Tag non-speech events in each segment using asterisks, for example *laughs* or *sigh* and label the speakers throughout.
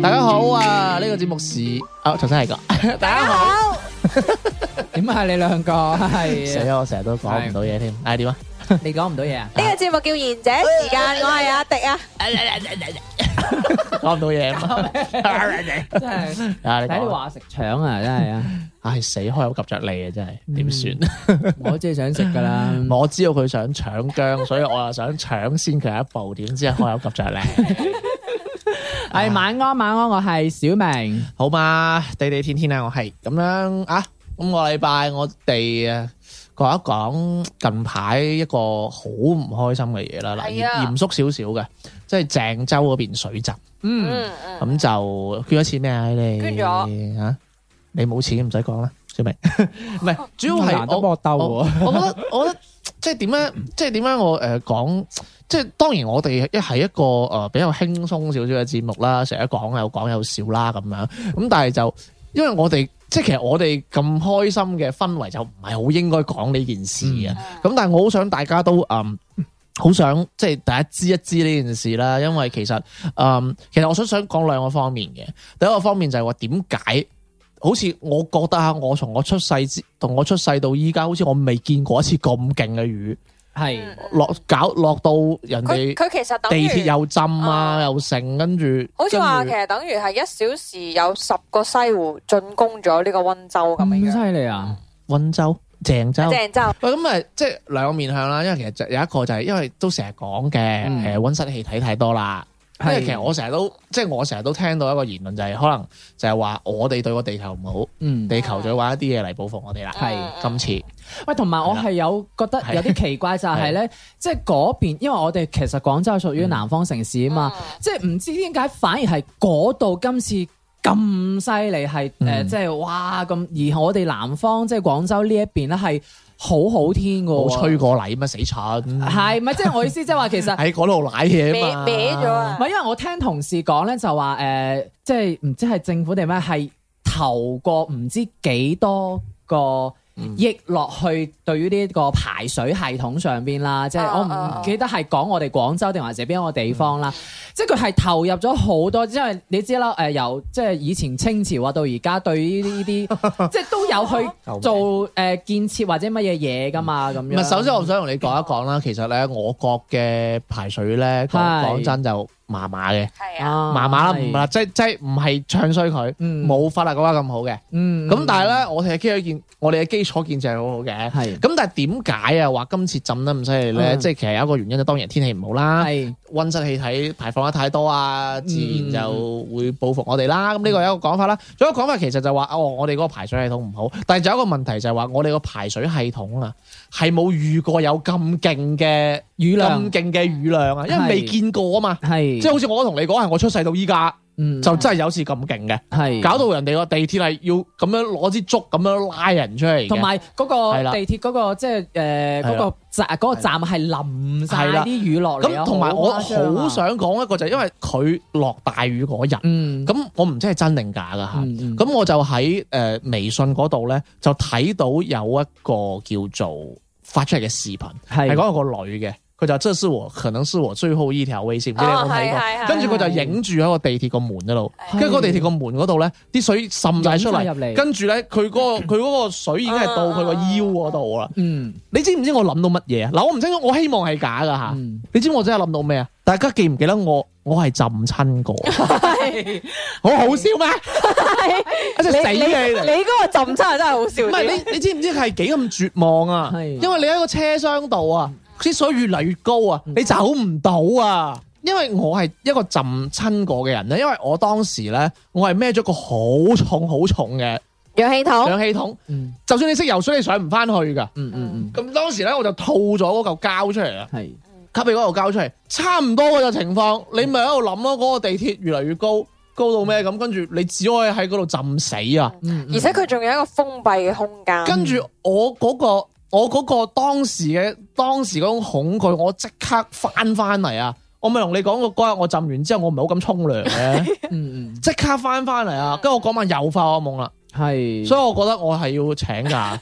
Speaker 1: 大家好啊！呢個節目是啊，頭先係個大家好。
Speaker 2: 點啊？你兩個
Speaker 1: *laughs* 死
Speaker 2: 係
Speaker 1: 啦！我成日都講唔到嘢添。唉，點啊？
Speaker 2: *laughs* 你講唔到嘢啊？
Speaker 3: 呢個節目叫賢者時間，我係阿迪啊，
Speaker 1: *laughs* 講唔到嘢啊！
Speaker 2: 真 *laughs* 係
Speaker 1: 啊，你
Speaker 2: 睇你
Speaker 1: 講啊
Speaker 2: 話食腸啊！真係啊！
Speaker 1: 唉，死開口及着你啊！真係點算？*laughs*
Speaker 2: *laughs* 我真係想食㗎啦。 *laughs*
Speaker 1: 我知道佢想搶姜，所以我又想搶先佢一步。點知一開口及着你，
Speaker 2: 係哎晚安，晚安，我係小明。
Speaker 1: 好嘛？地地天天啊，我係咁樣啊。今個禮拜我哋啊講一講近排一個好唔開心嘅嘢啦。嗱，
Speaker 3: 係啊
Speaker 1: 嚴嚴肅少少嘅，即係鄭州嗰邊水浸。
Speaker 2: 嗯，
Speaker 3: 嗯嗯，
Speaker 1: 咁就捐咗錢咩啊？你
Speaker 3: 捐咗
Speaker 1: 嚇，你冇錢唔使講啦，小明。唔係，主要
Speaker 2: 啊難得
Speaker 1: 係我
Speaker 2: 搏鬥
Speaker 1: 我
Speaker 2: 喎。
Speaker 1: 我覺得我覺得即係點樣，即係點樣我誒講，即係當然我哋一係一個誒比較輕鬆少少嘅節目啦，成日講有講有笑啦咁樣。咁但係就因為我哋即係其實我哋咁開心嘅氛圍就唔係好應該講呢件事嘅。咁但係我好想大家都嗯。好想即係大家知一知呢件事啦，因為其實嗯，其實我想想講兩個方面嘅。第一個方面就係話點解，好似我覺得啊，我從我出世之同我出世到依家，好似我未見過一次咁勁嘅雨
Speaker 2: 係
Speaker 1: 落搞落到人
Speaker 3: 佢
Speaker 1: 哋
Speaker 3: 佢其實等
Speaker 1: 地鐵
Speaker 3: 於，
Speaker 1: 又浸啊，
Speaker 3: 啊
Speaker 1: 又剩，跟住
Speaker 3: 好似話
Speaker 1: 跟
Speaker 3: 其
Speaker 1: 住
Speaker 3: 實等於係一小時有十個西湖進攻咗呢個温州咁
Speaker 2: 咁
Speaker 3: 樣
Speaker 2: 犀
Speaker 3: 樣，
Speaker 2: 利啊！
Speaker 1: 溫州、鄭州。
Speaker 3: 鄭州
Speaker 1: 喂，咁啊，即係兩個面向啦，因為其實就有一個就係因為都成日講嘅，
Speaker 2: 嗯
Speaker 1: 誒温室氣體太多啦。因為其實我成日都即係我成日都聽到一個言論就係可能就係話我哋對個地球唔好，
Speaker 2: 嗯。
Speaker 1: 地球就玩一啲嘢嚟報復我哋啦。
Speaker 2: 係
Speaker 1: 今次
Speaker 2: 喂，同埋我
Speaker 1: 係啦
Speaker 2: 係有覺得
Speaker 1: 係
Speaker 2: 有啲奇怪就係咧，即係嗰邊，因為我哋其實廣州係
Speaker 1: 嗯
Speaker 2: 屬於南方城市啊嘛，即係唔知點解反而係嗰度今次咁犀利，係誒
Speaker 1: 嗯
Speaker 2: 即係哇咁，而我哋南方即係廣州呢一邊咧係好好天噶，
Speaker 1: 冇吹過禮咩死蠢，喺
Speaker 2: 係咪？即係我意思即係話其實。
Speaker 1: 嗰度舐嘢
Speaker 3: 歪 *laughs*
Speaker 1: 嘛，
Speaker 3: 歪咗！啊
Speaker 2: 唔係，，因為我聽同事講咧，就話誒、呃即係唔知係政府定咩，係投過唔知幾多個
Speaker 1: 嗯
Speaker 2: 億落去對於呢個排水系統上邊啦。即係
Speaker 3: 啊啊
Speaker 2: 我唔記得係講我哋廣州定還是邊一個地方啦。
Speaker 1: 嗯
Speaker 2: 即係佢係投入咗好多，因為你知啦，誒、呃由即係以前清朝啊到而家，對於
Speaker 1: *laughs*
Speaker 2: 呢啲即係都有去做誒、呃建設或者乜嘢嘢噶嘛咁
Speaker 1: 唔係，
Speaker 2: 樣。
Speaker 1: 首先我想同你講一講啦。其實咧，我國嘅排水咧，講
Speaker 2: 係
Speaker 1: 講真就麻麻嘅，
Speaker 3: 係啊，
Speaker 2: 啊
Speaker 1: 麻麻啦，唔係啦，即即唔係唱衰佢，
Speaker 2: 嗯
Speaker 1: 冇法律嗰家咁好嘅。
Speaker 2: 嗯
Speaker 1: 咁但係咧，我哋嘅基礎建，我哋嘅基礎建設係好好嘅。
Speaker 2: 係
Speaker 1: 咁但係點解啊？話今次浸得咁犀利咧，
Speaker 2: 嗯
Speaker 1: 即係其實有一個原因就當然天氣唔好啦，
Speaker 2: 係
Speaker 1: 温室氣體排放得太多啊，
Speaker 2: 嗯
Speaker 1: 自然就會報復我哋啦。咁呢個有一個講法啦。仲有一個講法其實就話哦，我哋嗰個排水系統唔好，但係仲有一個問題就係話我哋個排水系統啊，係冇遇過有咁勁嘅
Speaker 2: 雨量
Speaker 1: 咁勁嘅雨量啊，因為
Speaker 2: 係
Speaker 1: 未見過啊嘛。
Speaker 2: 係
Speaker 1: 即係好似我同你講，係我出世到依家
Speaker 2: 嗯
Speaker 1: 就真係有次咁勁嘅，
Speaker 2: 係
Speaker 1: 搞到人哋個地鐵係要咁樣攞支竹咁樣拉人出嚟嘅。
Speaker 2: 同埋嗰個
Speaker 1: 係啦
Speaker 2: 地鐵嗰個即係誒嗰個站嗰個站係淋晒
Speaker 1: 係啦
Speaker 2: 啲雨落嚟啊
Speaker 1: 咁同埋我
Speaker 2: 誇張啊
Speaker 1: 好想講一個就係因為佢落大雨嗰日，
Speaker 2: 嗯
Speaker 1: 咁我唔知係真定假噶嚇。
Speaker 2: 嗯嗯
Speaker 1: 咁我就喺誒、呃微信嗰度咧，就睇到有一個叫做發出嚟嘅視頻，係
Speaker 2: 係
Speaker 1: 講有個女嘅，佢就這是我可能是我最後一條微信，唔知你有冇睇
Speaker 3: 哦
Speaker 1: 過？
Speaker 3: 係係係
Speaker 1: 跟住佢就影住喺個地鐵個門嗰度，
Speaker 3: 係
Speaker 1: 跟住嗰個地鐵個門嗰度咧，啲水滲晒出
Speaker 2: 湧晒
Speaker 1: 嚟，
Speaker 2: 入嚟
Speaker 1: 跟住咧佢嗰
Speaker 3: *laughs*
Speaker 1: 個佢嗰個水已經係到佢
Speaker 3: 啊
Speaker 1: 個腰嗰度啦。
Speaker 2: 嗯
Speaker 1: 你知唔知我諗到乜嘢啊？嗱，我唔清楚，我希望係假噶嚇。
Speaker 2: 嗯
Speaker 1: 你知唔知我真係諗到咩啊？大家記唔記得我我係浸
Speaker 3: *laughs*
Speaker 1: 親過？我好笑咩？一隻死
Speaker 3: 你
Speaker 1: 嘅你哋！
Speaker 3: 你嗰個浸真係真係好笑
Speaker 1: 唔係
Speaker 3: 啲，
Speaker 1: 你你知唔知係幾咁絕望啊？
Speaker 2: 係
Speaker 1: 因為你喺個車廂度啊，啲水越嚟越高啊，
Speaker 3: 嗯
Speaker 1: 你走唔到啊！因為我係一個浸啊親過嘅人咧，因為我當時咧，我係孭咗個好重好重嘅
Speaker 3: 氧氣筒
Speaker 1: 氧氣筒，
Speaker 2: 嗯
Speaker 1: 就算你識游水，你上唔翻去噶。
Speaker 2: 嗯嗯
Speaker 1: 咁當時咧，我就吐咗嗰嚿膠出嚟啊啦，
Speaker 2: 嗯，係
Speaker 1: 吸俾嗰嚿膠出嚟，差唔多嘅情況。你咪喺度諗咯，嗰、個地鐵越嚟越高，高到咩咁？跟住你只可以喺嗰度浸死啊！
Speaker 2: 嗯，嗯
Speaker 3: 而且佢仲有一個封閉嘅空間。
Speaker 1: 跟住我嗰、個我嗰個當時嘅當時嗰種恐懼，我即刻翻翻嚟啊！我咪同你講過嗰日我浸完之後，我唔係好敢沖涼
Speaker 2: *laughs*
Speaker 1: 嘅，
Speaker 2: 嗯嗯
Speaker 1: 即刻翻翻嚟啊！跟住我嗰晚又發惡夢啦，
Speaker 2: 係，
Speaker 1: 所以我覺得我係要請假。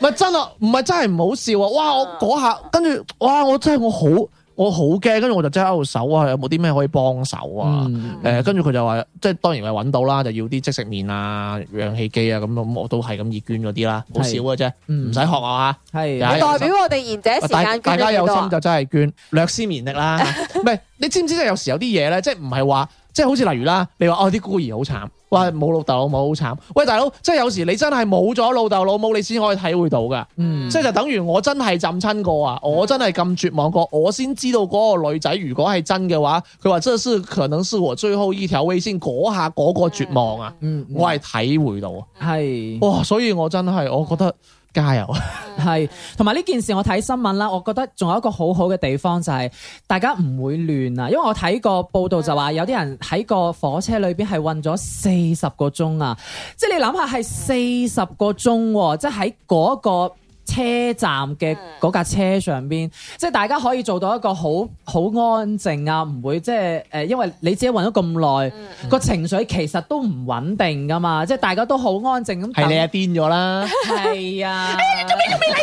Speaker 1: 唔係真啊，唔係真係唔好笑啊！哇，我嗰下跟住哇，我真係我好我好驚，跟住我就即刻喺度搜啊，有冇啲咩可以幫手啊？
Speaker 2: 嗯
Speaker 1: 誒，跟住佢就話，即係當然係揾到啦，就要啲即食麵啊、氧氣機啊，咁咁我都係咁易捐嗰啲啦，好
Speaker 2: 係
Speaker 1: 少嘅啫，
Speaker 2: 嗯
Speaker 1: 唔使學我啊。
Speaker 2: 係
Speaker 1: 有
Speaker 3: 代表我哋賢者時
Speaker 1: 啊大
Speaker 3: 間
Speaker 1: 大
Speaker 3: 捐
Speaker 1: 家
Speaker 3: 咗幾
Speaker 1: 有
Speaker 3: 多
Speaker 1: 心
Speaker 3: 啊？
Speaker 1: 就真係捐，略施綿力
Speaker 3: *laughs*
Speaker 1: 啦。唔係，你知唔知即係有時有啲嘢咧，即係唔係話，即係好似例如啦，你話哦啲孤兒好慘，
Speaker 3: 嗯
Speaker 1: 哇冇老豆老母好慘。喂大佬，即係有時你真係冇咗老豆老母，你先可以體會到㗎。
Speaker 2: 嗯
Speaker 1: 即係就等於我真係浸親過啊！
Speaker 3: 嗯
Speaker 1: 我真係咁絕望過，我先知道嗰個女仔如果係真嘅話，佢話這是可能是我最後一條微先嗰下嗰個絕望啊！
Speaker 2: 嗯嗯
Speaker 1: 我係體會到啊！
Speaker 2: 係。
Speaker 3: 嗯
Speaker 1: 哇，所以我真係我覺得加
Speaker 3: *laughs*
Speaker 1: 油啊！
Speaker 2: 係，同埋呢件事我睇新聞啦，我覺得仲有一個好好嘅地方就係、大家唔會亂啊，因為我睇過報道就話有啲人喺個火車裏邊係混咗四十個鐘啊，即係你諗下係四十個鐘喎，即係喺嗰個車站嘅嗰架車上邊，即係大家可以做到一個好好安靜啊，唔會即係誒，因為你自己混咗咁耐，個情緒其實都唔穩定噶嘛，即係大家都好安靜咁等。
Speaker 1: 係你啊癲咗啦！
Speaker 2: 係啊！
Speaker 1: 係咪即係嗰啲啊？係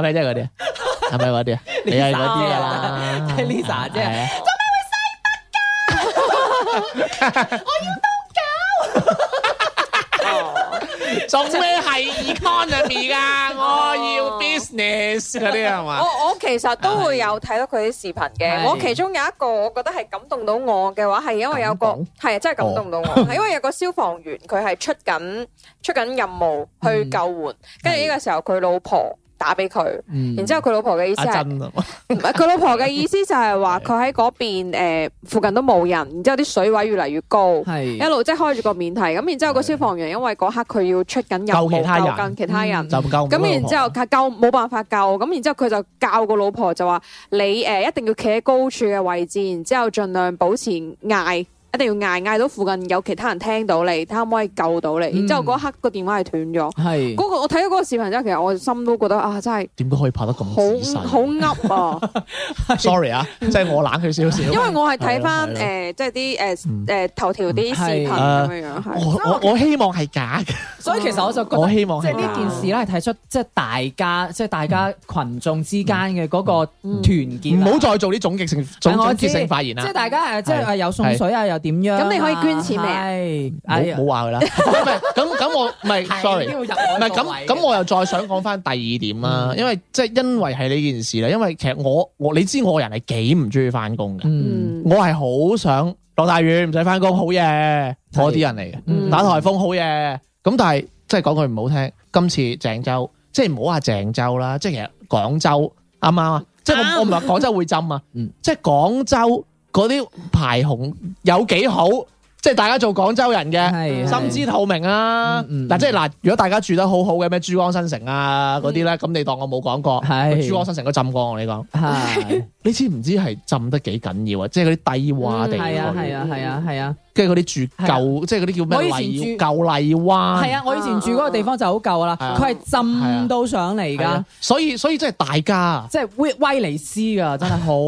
Speaker 1: 咪嗰啲啊？你係嗰啲
Speaker 2: *laughs*
Speaker 1: 㗎啦，
Speaker 2: 係 Lisa 啫
Speaker 1: 係啊做咩係 economy 㗎？ *laughs* 我要 business 嗰啊啲係嘛？
Speaker 3: 我我其實都會有睇到佢啲視頻
Speaker 2: 係
Speaker 3: 嘅，我其中有一個我覺得係感動到我嘅話，係因為有個
Speaker 1: 感動哦
Speaker 3: 係真係感動到我， *laughs* 係因為有個消防員佢係出緊出緊任務
Speaker 1: 嗯
Speaker 3: 去救援，跟住呢個時候佢老婆打俾佢，
Speaker 2: 嗯
Speaker 3: 然之後佢老婆嘅意思
Speaker 1: 阿
Speaker 3: 係。
Speaker 1: 珍啊，
Speaker 3: 唔係佢老婆嘅意思就係話佢喺嗰邊誒附近都冇人，然之後啲水位越嚟越高，
Speaker 2: 係
Speaker 3: 一路即係開住個免提咁，然之後個消防員因為嗰刻佢要出緊任務
Speaker 1: 救其他人
Speaker 3: 救緊其他人。
Speaker 1: 就唔夠
Speaker 3: 咁然之後佢救冇辦法救，咁然之後佢就教個老婆就話：你誒、一定要企喺高處嘅位置，然之後盡量保持嗌，一定要嗌嗌到附近有其他人聽到你，睇下可唔可以救到你。
Speaker 1: 嗯
Speaker 3: 然之後嗰刻個電話係斷咗。
Speaker 2: 係
Speaker 3: 嗰、個我睇到嗰個視頻之後，其實我心都覺得啊，真係
Speaker 1: 點解可以拍得咁仔
Speaker 3: 好
Speaker 1: 細
Speaker 3: 好噏啊！
Speaker 1: *laughs* Sorry à. 啊，即係我冷血少少。
Speaker 3: 因為我係睇翻
Speaker 1: 係咯啊
Speaker 3: 誒，即係啲
Speaker 1: 嗯啊
Speaker 3: 誒誒頭條啲視頻咁樣樣，係
Speaker 1: 我我我希望係假嘅，
Speaker 2: 所以其實我就覺
Speaker 1: 我
Speaker 2: 得，
Speaker 1: 希望
Speaker 2: 即
Speaker 1: 係
Speaker 2: 係呢
Speaker 1: 假
Speaker 2: 件事咧，係睇出即係大家即係大家群眾之間嘅嗰個
Speaker 3: 嗯
Speaker 2: 團結
Speaker 1: 唔
Speaker 2: 啊。
Speaker 1: 好再做啲總結性總
Speaker 2: 但我
Speaker 1: 總
Speaker 2: 知
Speaker 1: 結性發言
Speaker 2: 即
Speaker 1: 啦
Speaker 2: 係。大家誒，即係誒有送水啊，又點樣啊？
Speaker 3: 咁你可以捐錢未啊
Speaker 2: 係哎
Speaker 1: 冇
Speaker 2: 呀
Speaker 1: 冇話佢啦，唔係咁咁我唔係
Speaker 2: 係
Speaker 1: sorry，
Speaker 2: 呢
Speaker 1: 唔
Speaker 2: 個入
Speaker 1: 係
Speaker 2: 我個
Speaker 1: 咁
Speaker 2: 位嗯
Speaker 1: 咁我又再想講翻第二點啦，因為即係因為係呢件事啦，因為其實我我你知我個人係幾唔中意翻工嘅，
Speaker 3: 嗯
Speaker 2: 嗯
Speaker 1: 我係好想落大雨唔使翻工好嘢嗰啲人嚟嘅。
Speaker 2: 嗯
Speaker 1: 打颱風好嘢。咁但係即係講句唔好聽，今次鄭州即係唔好話鄭州啦，即係其實廣州啱唔啱啊？即係我我唔係話廣州會浸啊，
Speaker 2: *laughs* 嗯
Speaker 1: 即係廣州嗰啲排洪有幾好，即係大家做廣州人嘅。
Speaker 2: 係
Speaker 1: 心知肚明啊！嗱、
Speaker 2: 嗯嗯
Speaker 1: 即係嗱，如果大家住得好好嘅咩珠江新城啊嗰啲咧，咁、你當我冇講過，
Speaker 2: 係
Speaker 1: 珠江新城都浸過我你講，
Speaker 2: 係
Speaker 1: 你知唔知係浸得幾緊要啊？即係嗰啲低洼地
Speaker 2: 係啊係
Speaker 1: 區，
Speaker 2: 啊係啊係啊
Speaker 1: 跟住嗰啲住
Speaker 2: 係啊
Speaker 1: 舊，即係嗰啲叫咩
Speaker 2: 我以前
Speaker 1: 麗
Speaker 2: 住
Speaker 1: 舊麗灣，
Speaker 2: 係啊！我以前住嗰個地方就好舊啦，
Speaker 1: 係啊
Speaker 2: 佢係浸到上嚟
Speaker 1: 係啊
Speaker 2: 㗎，
Speaker 1: 所以所以真係大家啊，
Speaker 2: 即係威威尼斯㗎，真係好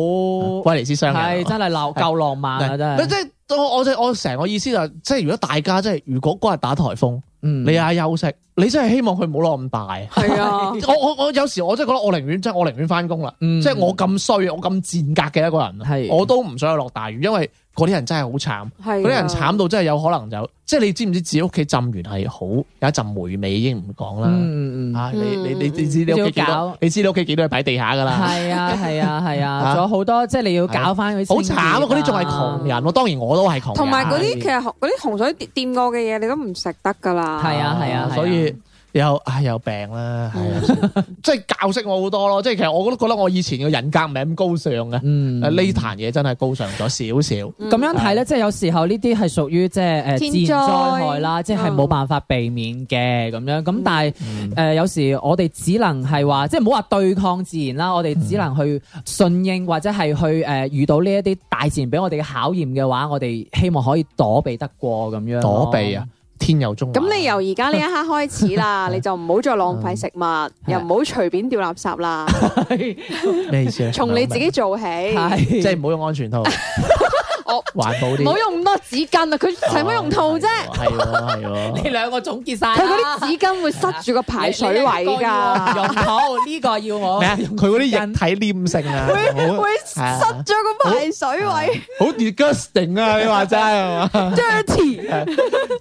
Speaker 1: 威尼斯商人啊
Speaker 2: 係真係浪夠浪漫啊！真
Speaker 1: 唔係
Speaker 2: 係
Speaker 1: 即係我我我我成個意思就係即係如果大家即係如果嗰日打颱風，
Speaker 2: 嗯
Speaker 1: 你啊休息，你真係希望佢唔好落咁大。
Speaker 3: 係啊，
Speaker 1: 我我我有時我真係覺得我寧願即係我寧願翻工啦，
Speaker 2: 嗯
Speaker 1: 即係我咁衰，我咁賤格嘅一個人
Speaker 2: 係
Speaker 1: 啊，我都唔想去落大雨，因為嗰啲人真係好慘，
Speaker 3: 係
Speaker 1: *laughs*
Speaker 3: 啊
Speaker 1: 嗰啲人慘到真係有可能就即係你知唔知自己屋企浸完係好有一陣霉味已經唔講啦。
Speaker 2: 嗯嗯嗯。
Speaker 1: 啊！你你你你
Speaker 3: 嗯
Speaker 1: 知你屋企幾
Speaker 2: 你要
Speaker 1: 多
Speaker 2: 搞？
Speaker 1: 你知你屋企幾多係擺地下㗎啦？
Speaker 2: 係啊係啊係
Speaker 1: 嗯 *laughs* 嚇
Speaker 2: 啊，仲有好多即係你要搞翻佢。
Speaker 1: 好慘啊！嗰啲仲係窮人喎，當然我都係窮人。
Speaker 3: 同埋嗰
Speaker 2: 係
Speaker 3: 啲其實嗰啲洪水掂過嘅嘢，你都唔食得㗎啦。
Speaker 2: 係啊係啊係啊嗯
Speaker 1: 所以又唉又病啦，係啊，即係教識我好多咯。即係其實我都覺得我以前嘅人格唔係咁高尚嘅，
Speaker 2: 嗯，
Speaker 1: 誒呢壇嘢真係高尚咗少少。
Speaker 2: 咁樣睇咧，即係有時候呢啲係屬於即係誒
Speaker 3: 天
Speaker 2: 自然災害啦，
Speaker 3: 災
Speaker 2: 即係冇辦法避免嘅咁樣。咁但係
Speaker 1: 嗯
Speaker 2: 誒有時我哋只能係話，即係唔好話對抗自然啦，我哋只能去順應或者係去誒遇到呢一啲大自然俾我哋嘅考驗嘅話，我哋希望可以躲避得過咁樣。
Speaker 1: 躲避
Speaker 2: *laughs*
Speaker 1: 啊！，天佑中華。
Speaker 3: 咁你由而家呢一刻開始
Speaker 1: *laughs*
Speaker 3: 啦，你就唔好再浪費食
Speaker 1: 啊
Speaker 3: 物，
Speaker 2: 嗯
Speaker 3: 又唔好隨便掉垃圾啦，
Speaker 1: 咩意思咧？
Speaker 3: 從你自己做起，
Speaker 2: 係
Speaker 1: *laughs* 即啊係唔好用安全套，
Speaker 3: 我
Speaker 1: 環保啲。
Speaker 3: 唔 *laughs* 好用咁多紙巾啊！佢使乜用套啫？
Speaker 1: 哦係啊喎係喎。
Speaker 2: 你兩個總結晒
Speaker 3: 佢
Speaker 2: 啦
Speaker 3: 嗰啲紙巾會塞住個排水位
Speaker 2: 你呢個要我
Speaker 3: 㗎，
Speaker 2: 用好呢個要我
Speaker 1: 咩啊？佢嗰啲液體黏性 *laughs* 啊，好
Speaker 3: *laughs* 會
Speaker 1: 係啊
Speaker 3: 塞咗個排水位
Speaker 1: 好 disgusting 啊！你話真係嘛？
Speaker 3: *laughs* ，dirty。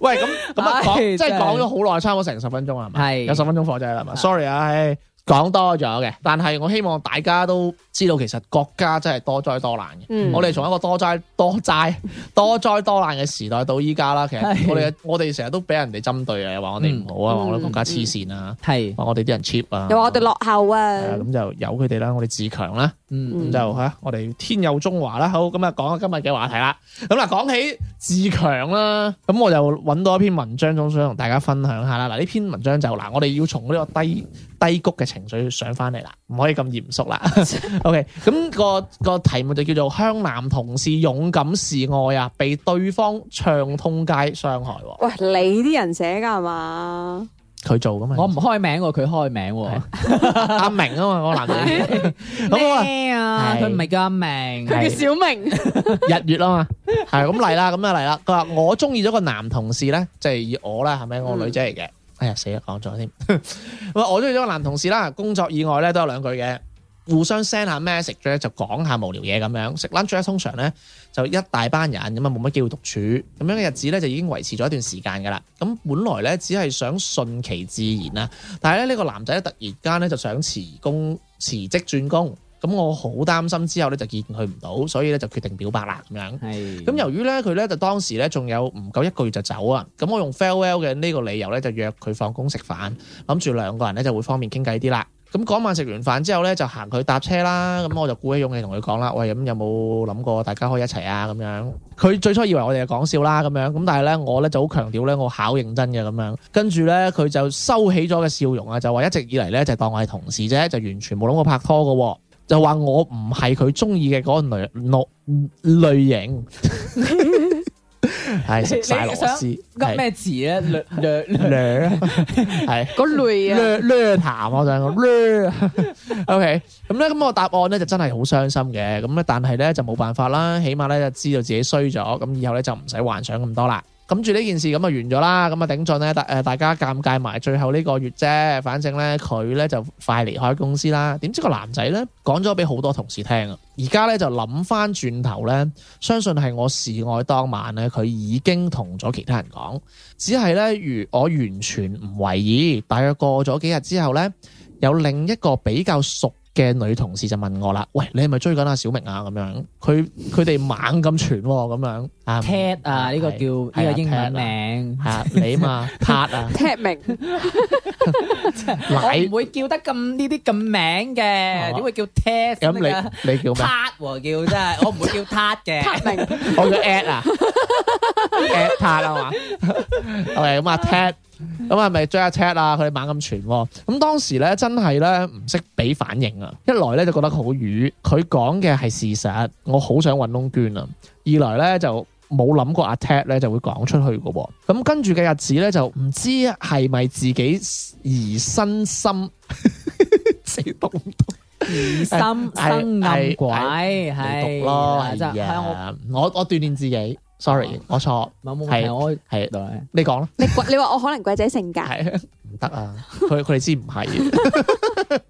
Speaker 1: *laughs* 喂，咁咁啊，
Speaker 2: 唉
Speaker 1: 講即係
Speaker 2: 真係
Speaker 1: 講咗好耐，差唔多成十分鐘係嘛？
Speaker 2: 係
Speaker 1: 有十分鐘火仔啦係嘛
Speaker 2: 係
Speaker 1: ？Sorry 啊，唉講多咗嘅，但係我希望大家都知道，其實國家真係多災多難嘅。
Speaker 3: 嗯
Speaker 1: 我哋從一個多災多
Speaker 3: *laughs*
Speaker 1: 災多災多難嘅時代到依家啦，其實
Speaker 2: 係
Speaker 1: 我哋我哋成日都俾人哋針對啊，又話我哋唔好啊，
Speaker 3: 嗯
Speaker 1: 話我哋國家黐線啊，
Speaker 2: 係
Speaker 1: 話我哋啲人 cheap 啊，
Speaker 3: 又話我哋落後啊
Speaker 1: 係，啊，咁就由佢哋啦，我哋自強啦。
Speaker 2: 嗯
Speaker 1: 咁就嚇，我哋天佑中華啦，好咁啊，講下今日嘅話題啦。咁嗱，講起自強啦，咁我就揾到一篇文章，總想同大家分享下啦。嗱，呢篇文章就嗱，我哋要從呢個低低谷嘅情緒上翻嚟啦，唔可以咁嚴肅啦。OK，咁、個個題目就叫做《香南同事勇敢示愛啊，被對方唱通街傷害喎
Speaker 3: 喂，你啲人寫㗎係嘛？》，
Speaker 1: *laughs* 佢做噶嘛？
Speaker 2: 我唔開名喎，佢開名喎。
Speaker 1: 阿明啊嘛，我 *laughs* 男仔咁啊。
Speaker 2: 咩啊？
Speaker 1: 係
Speaker 2: 佢唔係叫阿明，
Speaker 3: 佢叫小明，
Speaker 1: 日月啊嘛，系咁嚟啦，咁啊嚟啦。佢話我中意咗個男同事咧，即係以我啦，係咪我女仔嚟嘅？哎呀死啦，講咗添。 *laughs* 咁啊我中意咗個男同事啦，工作以外咧都有兩句嘅，互相 send 下 message 咧就講下無聊嘢咁樣。食 lunch 咧通常咧就一大班人咁啊，冇乜機會獨處，咁樣嘅日子咧就已經維持咗一段時間㗎啦。咁本來咧只係想順其自然啦，啊但係咧呢個男仔咧突然間咧就想辭工辭職轉工。咁我好擔心之後咧就見佢唔到，所以咧就決定表白啦咁樣。
Speaker 2: 係
Speaker 1: 咁由於咧佢咧就當時咧仲有唔夠一個月就走啊，咁我用 farewell 嘅呢個理由咧就約佢放工食飯，諗住兩個人咧就會方便傾偈啲啦。咁嗰晚食完飯之後咧就行佢搭車啦，咁我就鼓起勇氣同佢講啦，喂咁有冇諗過大家可以一齊啊咁樣？佢最初以為我哋係講笑啦咁樣，咁但係咧我咧就好強調咧我考認真嘅咁樣，跟住咧佢就收起咗嘅笑容啊，就話一直以嚟咧就當我係同事啫，就完全冇諗過拍拖嘅喎。就話我唔係佢中意嘅嗰個類
Speaker 2: *laughs*
Speaker 1: 類類型，係食晒螺絲，
Speaker 2: 噏
Speaker 1: 係
Speaker 2: 咩詞咧？略略略
Speaker 1: 掠
Speaker 2: *laughs*
Speaker 1: 係
Speaker 3: 嗰類啊，
Speaker 1: 掠掠談，我想講掠。OK，咁咧咁我答案咧就真係好傷心嘅，咁咧但係咧就冇辦法啦，起碼咧就知道自己衰咗，咁以後咧就唔使幻想咁多啦。咁住呢件事咁就完咗啦，咁啊頂盡咧，大誒大家尷尬埋最後呢個月啫，反正咧佢咧就快離開公司啦。點知個男仔咧講咗俾好多同事聽啊，而家咧就諗翻轉頭咧，相信係我示愛當晚咧，佢已經同咗其他人講，只係咧如我完全唔為意。大約過咗幾日之後咧，有另一個比較熟嘅女同事就問我啦：，喂，你係咪追緊阿小明啊？咁樣， *laughs* 佢佢哋猛咁傳喎，咁樣 *laughs* 啊
Speaker 2: cat 啊，呢個叫
Speaker 1: 係
Speaker 2: 呢
Speaker 1: 啊
Speaker 2: 個英
Speaker 1: Ted
Speaker 2: 文
Speaker 1: 啊
Speaker 2: 名。
Speaker 1: 係啊，你 *laughs* 嘛 t 啊，
Speaker 3: 踢明，
Speaker 2: 我
Speaker 1: 奶
Speaker 2: 唔會叫得咁呢啲咁名嘅，
Speaker 1: 哦
Speaker 2: 點會叫 cat
Speaker 1: 咁
Speaker 2: 先得㗎
Speaker 1: *laughs* 你你叫咩？啊
Speaker 2: ？tat 喎叫真係，我唔會叫 tat 嘅。
Speaker 3: 踢明，
Speaker 1: 我叫 at 啊，at t 啊嘛，OK 咁啊 tat，咁係咪追阿 tat 啊？佢哋猛咁傳喎，咁當時咧真係咧唔識俾反應啊！一來咧就覺得佢好瘀，佢講嘅係事實，我好想揾窿捐啊；二來咧就。冇諗過阿 Ted 咧就會講出去嘅喎，咁跟住嘅日子咧就唔知係咪自己疑身心 *laughs* 死讀唔讀
Speaker 2: 疑心生暗鬼係
Speaker 1: 讀咯，
Speaker 2: 係真
Speaker 1: 係
Speaker 2: 係我哦
Speaker 1: 啊，我我鍛鍊自己，sorry，我錯，
Speaker 2: 冇冇
Speaker 1: 係
Speaker 2: 係我
Speaker 1: 係你講啦。
Speaker 3: 你鬼你話我可能鬼仔性格，
Speaker 1: 係啊，唔得啊！佢佢哋知唔係嘅， *laughs*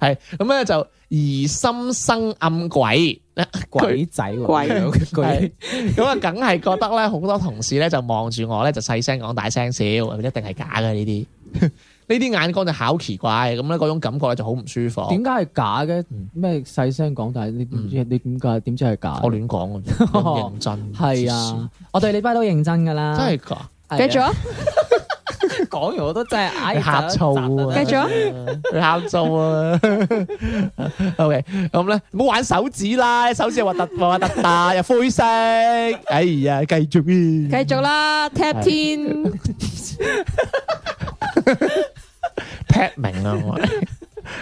Speaker 1: 係咁咧就疑心生暗鬼，
Speaker 2: 鬼仔喎，
Speaker 3: 鬼
Speaker 2: 鬼
Speaker 1: 咁啊，梗係覺得咧好多同事咧就望住我咧就細聲講大聲笑，一定係假嘅呢 *laughs* 啲，呢啲眼光就好奇怪，咁咧嗰種感覺咧就好唔舒服。
Speaker 2: 點解係假嘅
Speaker 1: 嗯？
Speaker 2: 咩細聲講，但係你唔知你點解點知係假？啊
Speaker 1: 我亂講嘅啫，你唔認真 *laughs*
Speaker 2: 係啊，我對你不嬲認真㗎啦。
Speaker 1: 真係㗎，
Speaker 3: 繼續啊，
Speaker 2: 講完我都真係唉
Speaker 1: 你呷醋啊！
Speaker 3: 繼續啊
Speaker 1: 你呷醋啊 à. *laughs* ！OK，咁咧唔好玩手指啦，手指又核突核突突，又灰色。哎呀，繼續啊！
Speaker 3: 繼續啦，Tap 天
Speaker 1: 劈明啊！我係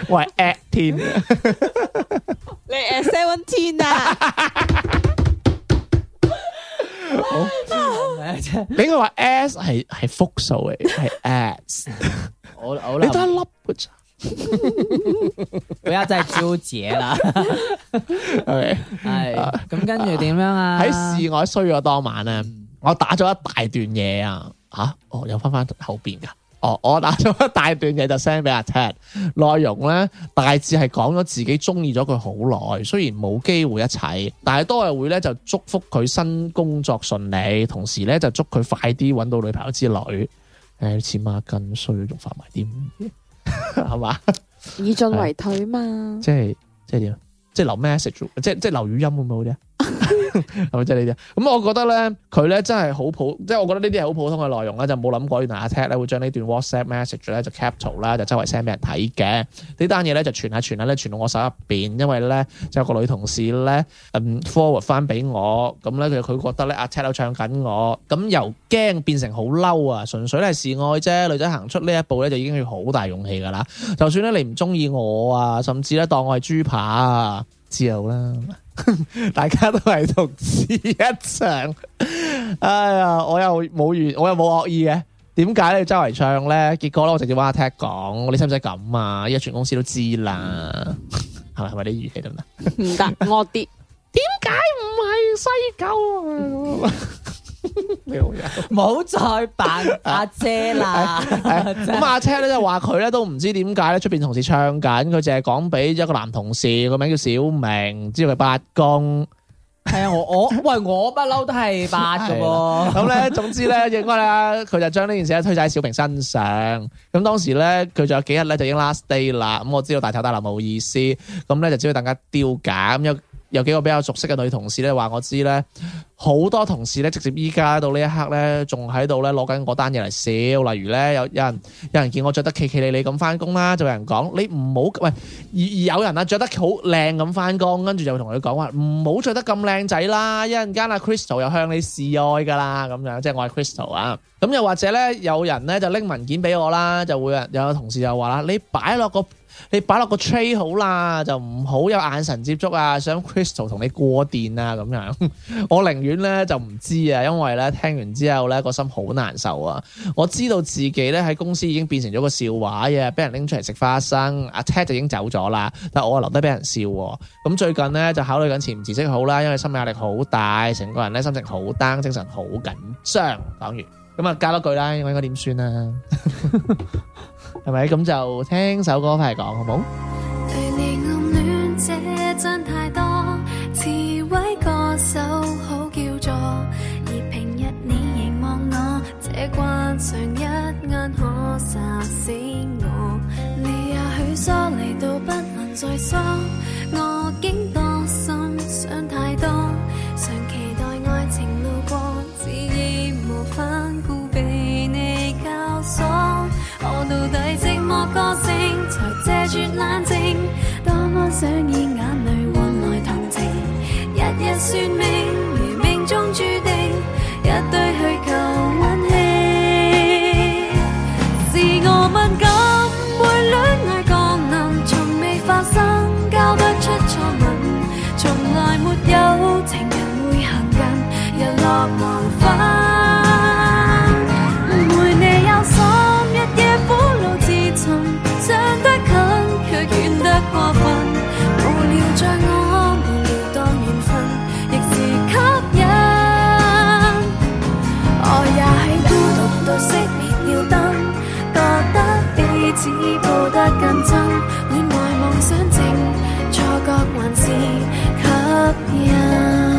Speaker 1: 我係 at 添，
Speaker 3: 你 at seventeen 啊，
Speaker 2: 真係
Speaker 1: 你應該話 s 係係複數嚟，係 s。
Speaker 2: 我我
Speaker 1: 你得一粒嘅咋
Speaker 2: 不要再糾結啦。
Speaker 1: ？OK，
Speaker 2: 係咁跟住點樣啊？
Speaker 1: 喺試我衰咗當晚咧，我打咗一大段嘢啊！吓，哦，又翻翻後邊噶。哦，我打咗一大段嘢就 send 俾阿 Ted，內容咧大致係講咗自己中意咗佢好耐，雖然冇機會一齊，但係都係會咧就祝福佢新工作順利，同時咧就祝佢快啲揾到女朋友之類。誒、似孖筋衰，仲發埋啲咁嘅嘢 *laughs* 係嘛？
Speaker 3: *laughs* 以進為退嘛，
Speaker 1: 即係即係點啊？即係留 message，即係即係留語音會唔會好啲啊？ *laughs* 係咪即係呢啲？咁我覺得咧，佢咧真係好普，即係我覺得呢啲係好普通嘅內容啦，啊就冇諗過原來阿 Ted 咧會將呢段 WhatsApp message 咧就 cap 圖啦，就周圍 send 俾人睇嘅。呢單嘢咧就傳下傳下咧傳到我手入邊，因為咧就有個女同事咧嗯 forward 翻俾我，咁咧佢佢覺得咧阿 Ted 都唱緊我，咁由驚變成好嬲啊！純粹咧係示愛啫，女仔行出呢一步咧就已經要好大勇氣㗎啦。就算咧你唔中意我啊，甚至咧當我係豬扒啊，之後啦， *laughs* 大家都係同事一場。哎呀，我又冇原，我又冇惡意嘅。點解你周圍唱咧？結果咧，我直接揾阿 Ted 講，你使唔使咁啊？依家全公司都知啦，係咪？係咪啲語氣得唔得？
Speaker 3: 唔
Speaker 1: *laughs*
Speaker 3: 得，惡啲。
Speaker 1: 點解唔係西九啊？你好呀！
Speaker 2: 冇再扮阿姐啦。
Speaker 1: 咁阿車咧就話佢咧都唔知點解咧出邊同事唱緊，佢淨係講俾一個男同事，個名叫小明，知道佢八公。
Speaker 2: 係啊，我我喂我不嬲都係八嘅喎。
Speaker 1: 咁咧，總之咧，應該咧，佢就將呢件事咧推晒喺小明身上。咁當時咧，佢仲有幾日咧就已經 last day 啦。咁我知道大吵大鬧冇意思，咁咧就只要大家丟架。咁有有幾個比較熟悉嘅女同事咧話我知咧，好多同事咧直接依家到呢一刻咧，仲喺度咧攞緊嗰單嘢嚟笑。例如咧，有有人有人見我着得企企理理咁翻工啦，就有人講你唔好喂，而而有人啊着得好靚咁翻工，跟住就會同佢講話唔好着得咁靚仔啦，一陣間啊 Crystal 又向你示愛噶啦，咁樣即係我係 Crystal 啊。咁又或者咧，有人咧就拎文件俾我啦，就會有人有同事就話啦，你擺落個你擺落個 tray 好啦，就唔好有眼神接觸啊，想 Crystal 同你過電啊咁樣。 *laughs* 我寧願咧就唔知啊，因為咧聽完之後咧個心好難受啊。我知道自己咧喺公司已經變成咗個笑話嘅，俾人拎出嚟食花生。阿 Ted 就已經走咗啦，但我啊留低俾人笑喎。咁最近咧就考慮緊辭唔辭職好啦，因為心理壓力好大，成個人咧心情好 down，精神好緊張。講完咁啊，加多句啦，我應該點算啊？係咪？咁就聽首歌翻嚟講好冇？
Speaker 4: 對你暗戀這真太多，刺蝟歌手好叫座，而平日你凝望我，這慣常一眼可殺死我。你也許疏離到不能再疏，我竟多心想太多，常期待愛情路過，只義無反顧被你教唆。我到底寂寞個性，才借住冷靜，多麼想以眼淚換來同情。日日算命，如命中注定，一堆去求溫馨。是我敏感，會戀愛降臨，從未發生，交不出錯吻。從來沒有情人會行近，日落黃昏。誤會你有心，日夜苦惱自尋，想得近卻遠得過分。無聊像我，無聊當緣分，亦是吸引。我也喺孤獨到熄滅了燈，覺得彼此抱得更真，戀愛夢想症，錯覺還是吸引。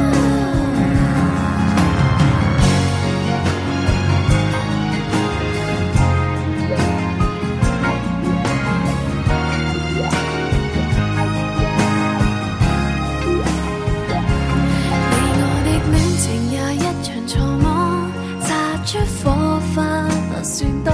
Speaker 4: 你我的戀情也一場錯摸，擦出火花不算多，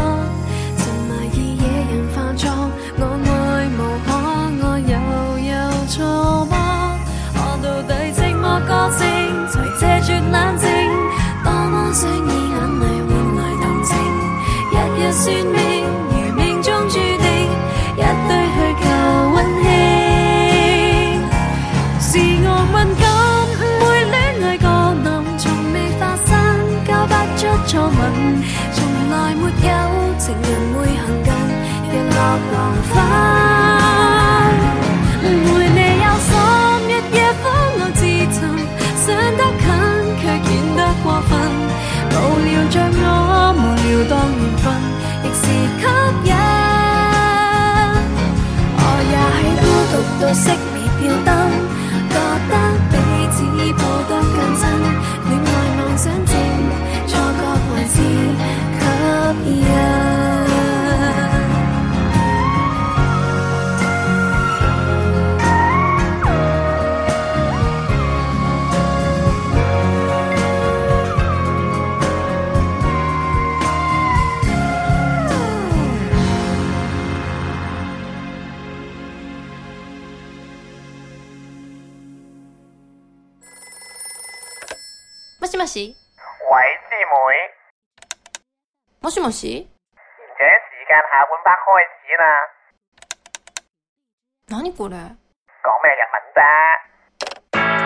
Speaker 4: 日算命，如命中注定，一堆去求運氣。是我敏感，會戀愛個男，從未發生，交不出初吻，從來沒有情人會行近，日落黃昏。回你有心，日夜苦惱自尋，想得近卻顯得過分，無聊像我，無聊當緣分，亦是吸引。我也喺孤獨到熄滅吊燈，覺得彼此抱得更親，戀愛夢想症，錯覺還是吸引。
Speaker 5: もしもし
Speaker 6: 喂，師妹，
Speaker 5: もしもし
Speaker 6: 而且時間下半 part 開始啦，
Speaker 5: 何これ
Speaker 6: 講咩日文啫？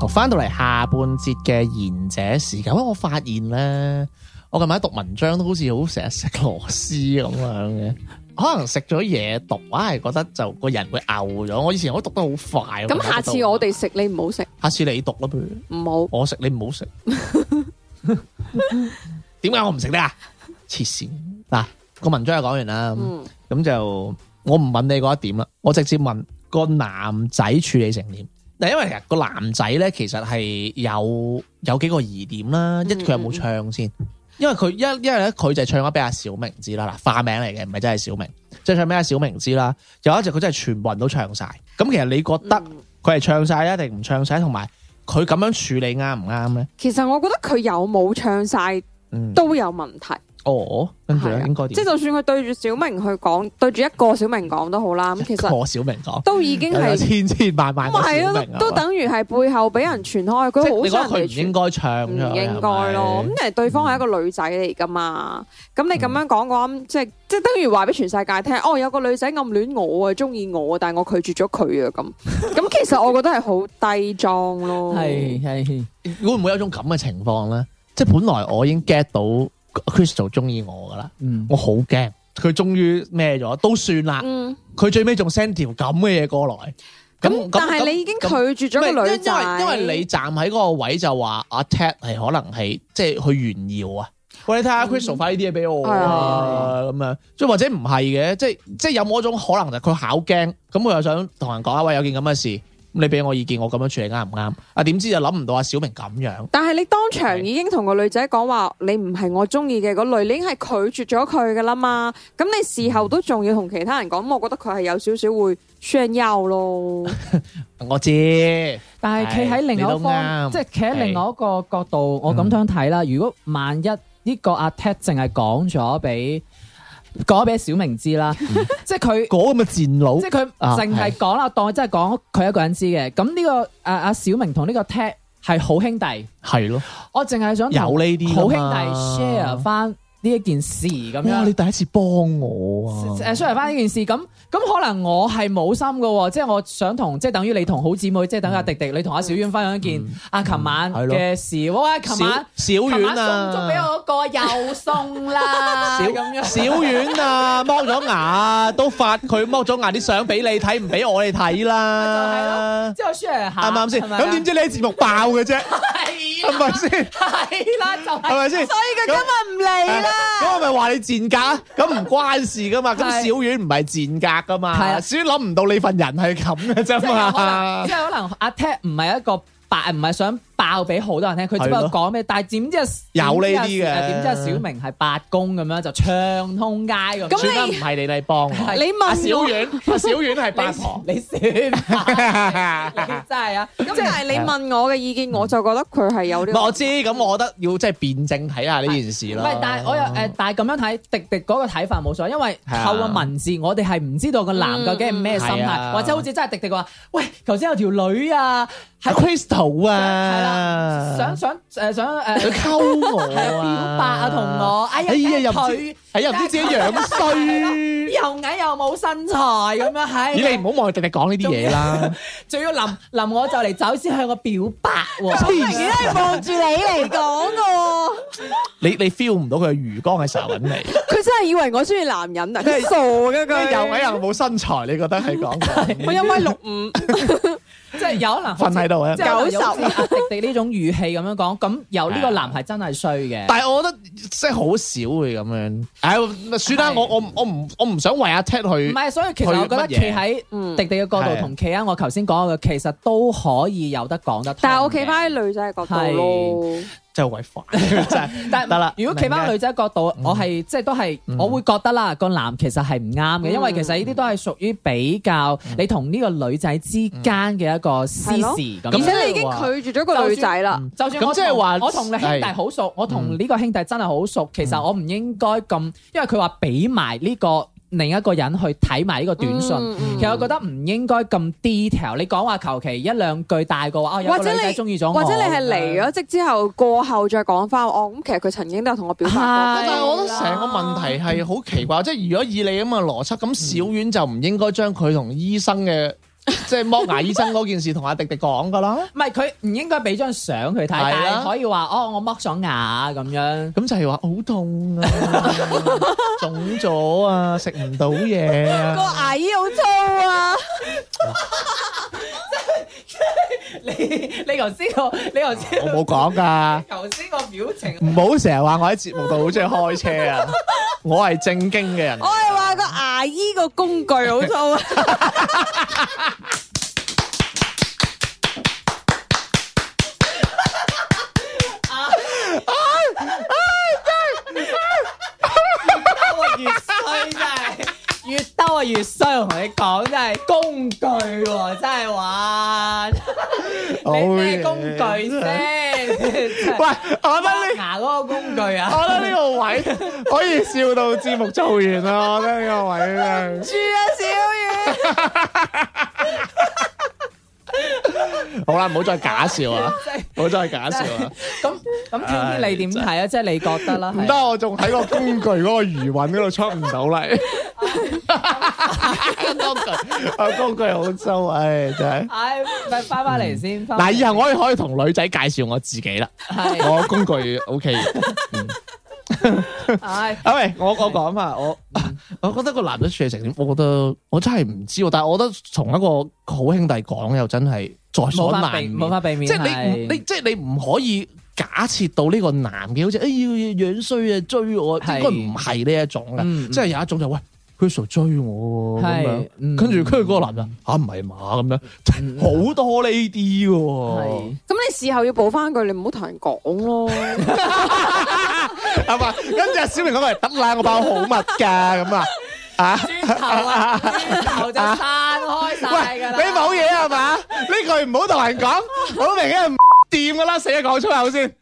Speaker 1: 好翻到嚟下半節嘅賢者時間，喂我發現咧，我近排讀文章都好似好成日食螺絲咁樣嘅，可能食咗嘢讀，硬係覺得就個人會嘔咗。我以前我都讀得好快，
Speaker 3: 咁
Speaker 1: 覺得啊
Speaker 3: 下次
Speaker 1: 都
Speaker 3: 我哋食你唔好食，
Speaker 1: 下次你讀啦，不如
Speaker 3: 唔好。
Speaker 1: 我食你唔
Speaker 3: *laughs*
Speaker 1: 好食。 *laughs* 點解我唔食得啊？黐線嗱，個文章就講完啦。咁
Speaker 3: 嗯，
Speaker 1: 咁就我唔問你嗰一點啦，我直接問個男仔處理成點。嗱，因為其實個男仔咧，其實係有有幾個疑點啦。
Speaker 3: 嗯
Speaker 1: 一佢有冇唱先？因為佢一因為咧佢就係唱咗俾阿小明知啦，嗱化名嚟嘅，唔係真係小明，即係唱俾阿小明知啦。有一隻佢真係全部人都唱晒。咁其實你覺得
Speaker 3: 嗯
Speaker 1: 佢係唱晒啊，定唔唱晒？同埋佢咁樣處理啱唔啱咧？
Speaker 3: 其實我覺得佢有冇唱晒
Speaker 1: 嗯，
Speaker 3: 都有問題。
Speaker 1: 哦，跟住
Speaker 3: 係
Speaker 1: 咧
Speaker 3: 啊
Speaker 1: 應該點？
Speaker 3: 即係就算佢對住小明去講，對住一個小明講都好啦。咁其實
Speaker 1: 我小明講，
Speaker 3: 都已經
Speaker 1: 有
Speaker 3: 係
Speaker 1: 千千萬萬
Speaker 3: 唔
Speaker 1: 個小
Speaker 3: 係
Speaker 1: 明
Speaker 3: 啊，
Speaker 1: 啊
Speaker 3: 都都等於係背後俾人傳開，佢
Speaker 1: 即係
Speaker 3: 好
Speaker 1: 你覺得
Speaker 3: 想
Speaker 1: 佢
Speaker 3: 人
Speaker 1: 唔
Speaker 3: 哋
Speaker 1: 應
Speaker 3: 傳。
Speaker 1: 該唱
Speaker 3: 唔
Speaker 1: 咗，
Speaker 3: 應該咯，咁但係對方係一個女仔嚟噶嘛，咁你咁樣講嘅話，咁即係即係等於話俾全世界聽，哦有個女仔暗戀我啊，中意我，但係我拒絕咗佢啊，
Speaker 1: *laughs*
Speaker 3: 咁咁其實我覺得係好低裝咯，
Speaker 2: 係係
Speaker 1: 咁會唔會有一種咁嘅情況咧？即係本來我已經 get 到 Crystal 中意我噶啦，
Speaker 2: 嗯
Speaker 1: 我好驚佢終於咩咗，都算啦。
Speaker 3: 嗯，
Speaker 1: 佢最尾仲 send 條咁嘅嘢過來，
Speaker 3: 咁但係你已經
Speaker 1: 咁
Speaker 3: 拒絕
Speaker 2: 啊
Speaker 3: 咗
Speaker 1: 唔係
Speaker 3: 個女
Speaker 1: 因
Speaker 3: 仔，
Speaker 1: 因為因為你站喺嗰個位就話阿 Ted 係可能係即係去炫耀啊。喂，你睇下 Crystal 發呢啲嘢俾我
Speaker 3: 係
Speaker 1: 啊，
Speaker 2: 嗯啊
Speaker 1: 咁樣，即係或者唔係嘅，即係即係有冇一種可能就係佢考驚，咁佢又想同人講啊，喂，有件咁嘅事，咁你俾我意見，我咁樣處理啱唔啱？啊，點知就諗唔到阿小明咁樣，
Speaker 3: 但係你當場已經同個女仔講話，你唔係我中意嘅嗰類，你已經係拒絕咗佢噶啦嘛。咁你事後都仲要同其他人講，我覺得佢係有少少會炫耀咯。
Speaker 1: 我知，
Speaker 2: 但係企喺另外一
Speaker 1: 係
Speaker 2: 方，
Speaker 1: 你都啱
Speaker 2: 即係企喺另外一個角度，我咁樣睇啦。如果萬一呢個阿 Ted 淨係講咗俾講咗俾小明知啦， *laughs* 即係佢。
Speaker 1: 嗯 *laughs* 嗰啊咁嘅賤佬
Speaker 2: 即係佢淨係講啦，當佢真係講佢一個人知嘅。咁呢、個阿阿、小明同呢個 Ted 係好兄弟，
Speaker 1: 係咯，
Speaker 2: 我淨係想同
Speaker 1: 有呢啲㗎嘛
Speaker 2: 好兄弟 share 翻呢一件事咁
Speaker 1: 哇！
Speaker 2: 樣
Speaker 1: 你。第一次幫我啊，
Speaker 2: 誒 share 翻呢件事，咁咁可能我係冇心嘅喎，即係我想同，即係等於你同好姊妹，即係等阿迪迪，你同阿小婉分享一件啊，琴晚
Speaker 1: 係咯
Speaker 2: 嘅事，哇！琴晚
Speaker 1: 小小
Speaker 2: 琴晚
Speaker 1: 丸
Speaker 2: 送咗俾
Speaker 1: 啊，
Speaker 2: 我個又送啦，
Speaker 1: 小
Speaker 2: 咁樣
Speaker 1: 小丸啊，剝咗牙都發佢剝咗牙啲相俾你睇，唔俾我哋睇啦，
Speaker 2: 之後 share
Speaker 1: 啱
Speaker 2: 下，
Speaker 1: 唔啱先？咁點知
Speaker 2: 知
Speaker 1: 你喺節目爆嘅啫，係咪先？
Speaker 2: 係係
Speaker 1: *laughs*
Speaker 2: 啦，就
Speaker 1: 係咪先？
Speaker 3: 所以佢今日唔
Speaker 1: À,
Speaker 3: 嚟啦。
Speaker 1: 咁我咪話你賤格啊？咁唔關事噶嘛，咁
Speaker 2: 係
Speaker 1: 小丸唔係賤格噶
Speaker 2: 係
Speaker 1: 嘛，
Speaker 2: 啊
Speaker 1: 小丸諗唔到你份人係 *laughs* 咁嘅啫
Speaker 2: 即係有可能，
Speaker 1: 嘛
Speaker 2: 即。係可能阿 Ted 唔係一個爆，唔係想爆俾好多人聽，佢只不
Speaker 1: 係咯
Speaker 2: 過講咩，但係點知
Speaker 1: 有呢啲嘅
Speaker 2: 點知阿小明係八公咁樣就暢通街咁。
Speaker 3: 咁
Speaker 1: 算啦，
Speaker 3: 你
Speaker 1: 唔係你嚟幫我。
Speaker 3: 你問我
Speaker 1: 阿小丸，阿小丸係八 *laughs* 婆。
Speaker 2: 你 *laughs* 算吧，你真係啊！
Speaker 3: 嗯咁但係你問我嘅意見，我就覺得佢係有有
Speaker 1: 唔
Speaker 3: 呢個
Speaker 1: 係我知，咁我覺得要即係辯證睇下呢件事
Speaker 2: 唔
Speaker 1: 啦。
Speaker 2: 係，但係我又誒，但係咁樣睇迪迪嗰個睇法冇錯，因為
Speaker 1: 係啊
Speaker 2: 透過文字，我哋係唔知道個男究竟係咩心
Speaker 1: 嗯係
Speaker 2: 態，
Speaker 1: 啊
Speaker 2: 或者好似真係迪迪話：，喂，頭先有條女啊，
Speaker 1: 係
Speaker 2: 係
Speaker 1: Crystal
Speaker 2: 係
Speaker 1: 啊，
Speaker 2: 啦，想想誒想誒
Speaker 1: 佢溝我
Speaker 2: 係
Speaker 1: 啊，
Speaker 2: 表白啊，同我，哎
Speaker 1: 哎呀，
Speaker 2: 呀，
Speaker 1: 又唔知
Speaker 2: 佢，
Speaker 1: 係又唔知自己樣衰。
Speaker 2: 又矮又冇身材
Speaker 1: *laughs*
Speaker 2: 咁樣，係
Speaker 1: 咦，你唔好望佢迪迪講呢啲
Speaker 2: *laughs*
Speaker 1: 嘢啦。
Speaker 2: 仲要臨臨我就嚟走先向我表白
Speaker 1: *laughs*
Speaker 2: 喎，
Speaker 1: 黐線
Speaker 3: 望住你嚟講喎，
Speaker 1: 你你 feel 唔到佢嘅魚缸係成日揾
Speaker 2: *laughs*
Speaker 1: 你，
Speaker 3: 佢真係以為我中意男人啊！佢傻嘅
Speaker 1: 即係
Speaker 3: 佢，
Speaker 1: 又矮又冇身材，你覺得
Speaker 2: *laughs*
Speaker 1: 係講緊
Speaker 3: 我一米六五，
Speaker 2: 即係有可能好
Speaker 1: 瞓
Speaker 2: 似
Speaker 1: 喺度啊
Speaker 2: 即？係
Speaker 3: 九
Speaker 2: 有
Speaker 3: 十
Speaker 2: 好似阿迪迪呢種語氣咁樣講，咁有呢個男係真係衰嘅。
Speaker 1: 但係我覺得即係好少會咁樣。唉，算啦，
Speaker 2: 係
Speaker 1: 我我唔我唔我唔想為阿 Ted
Speaker 2: 唔
Speaker 1: 去。
Speaker 2: 係，所以其實我覺得企喺
Speaker 3: 嗯
Speaker 2: 迪迪嘅角
Speaker 1: 係
Speaker 2: 度同企喺我頭先講嘅，其實都可以有得講得通嘅。
Speaker 3: 但係我企翻喺女仔嘅角度咯，
Speaker 1: 真係好鬼
Speaker 2: *laughs*
Speaker 1: 煩，真係
Speaker 2: 但係
Speaker 1: 得啦
Speaker 2: 如果企翻女仔角度，
Speaker 1: 明嘅
Speaker 2: 我係即係都係
Speaker 1: 嗯，
Speaker 2: 我會覺得啦，個男其實係唔啱嘅，
Speaker 3: 嗯
Speaker 2: 因為其實呢啲都係屬於比較
Speaker 1: 嗯
Speaker 2: 你同呢個女仔之間嘅一個私事咁
Speaker 3: 而
Speaker 2: 樣。
Speaker 3: 且你已經拒絕咗個女仔啦，
Speaker 2: 就算我
Speaker 1: 咁即係嗯話
Speaker 2: 同我同你兄弟好熟，我同呢個兄弟真係好熟，其實我唔應該咁，因為佢話俾埋呢個另一個人去睇埋呢個短信。
Speaker 3: 嗯嗯
Speaker 2: 其實我覺得唔應該咁 detail，你講話求其一兩句大個話，哦有個
Speaker 3: 或者
Speaker 2: 女
Speaker 3: 你
Speaker 2: 仔中意咗我，
Speaker 3: 或者你係離咗職之後過後再講翻，哦咁其實佢曾經都有同我表白過，
Speaker 1: 但係我覺啊得成個問題係好奇怪，即係如果以你咁嘅邏輯，咁小丸就唔應該將佢同醫生嘅即係剝牙醫生嗰件事同阿迪迪講噶啦。
Speaker 2: 唔係佢唔應該俾張相佢睇，
Speaker 1: 係啦
Speaker 2: 但係可以話哦，我剝咗牙咁樣。
Speaker 1: 咁就係話好痛啊，腫咗啊，食唔到嘢
Speaker 3: 個 *laughs*
Speaker 1: 啊，
Speaker 3: 牙醫好粗啊，
Speaker 2: *laughs* 你你頭先個你頭先
Speaker 1: 我冇講㗎。
Speaker 2: 頭先個表情，
Speaker 1: 唔好成日話我喺節目度好中意開車啊！我係正經嘅人
Speaker 3: 我，係話個牙醫個工具好粗啊。
Speaker 2: 我越衰真係。越兜啊越衰，我同你講真係工具喎、真
Speaker 1: *laughs*
Speaker 2: 係話你咩工具
Speaker 1: 好嘢
Speaker 2: 先？
Speaker 1: 喂，我覺得
Speaker 2: 剝
Speaker 1: 呢，
Speaker 2: 牙嗰個工具啊！
Speaker 1: 我覺得呢個位可以笑到節目做完啦！我覺得呢個位真係
Speaker 3: 住啊，小雨，
Speaker 1: 好啦，唔好再假笑啊！
Speaker 2: *laughs*
Speaker 1: 唔好再假笑啊！
Speaker 2: 咁咁，天天你點睇啊？即係你覺得啦，
Speaker 1: 唔
Speaker 2: 係
Speaker 1: 得，我仲喺個工具嗰個餘韻嗰度出唔到
Speaker 2: *laughs*
Speaker 1: 嚟。工具，啊工具好粗，唉，真係。
Speaker 2: 唉，咪翻翻嚟先。返
Speaker 1: 嗱，
Speaker 2: 返嚟
Speaker 1: 以後我可以可以同女仔介紹我自己啦，
Speaker 2: 係，
Speaker 1: 我工具 OK 嘅。
Speaker 2: 唉，
Speaker 1: 啊喂，我我講啊，我
Speaker 2: 嗯
Speaker 1: 我覺得個男仔處理成點，我覺得我真係唔知喎。但係我覺得從一個好兄弟講，又真係在所
Speaker 2: 冇法
Speaker 1: 難
Speaker 2: 避，
Speaker 1: 免。
Speaker 2: 冇法避免。
Speaker 1: 即係你唔你
Speaker 2: 係
Speaker 1: 即係你唔可以假設到呢個男嘅好似哎呀樣衰啊追我，應
Speaker 2: 係
Speaker 1: 該唔係呢一種嘅。
Speaker 2: 嗯
Speaker 1: 即係有一種就喂 Crystal 追我喎咁樣
Speaker 2: 係，，嗯
Speaker 1: 跟住跟住嗰個男人吓唔係嘛咁樣，好多呢啲喎。
Speaker 2: 係
Speaker 3: 咁你事後要補翻句，你唔好同人講咯。
Speaker 1: 係嘛？跟住阿小明講咪得啦，我包好密㗎咁
Speaker 2: *laughs*
Speaker 1: 啊啊！
Speaker 2: 磚頭啊，磚頭就散開晒㗎啦。
Speaker 1: 你冇嘢啊係嘛？呢句唔好同人講，好明顯係唔掂噶啦，死啊講粗口先。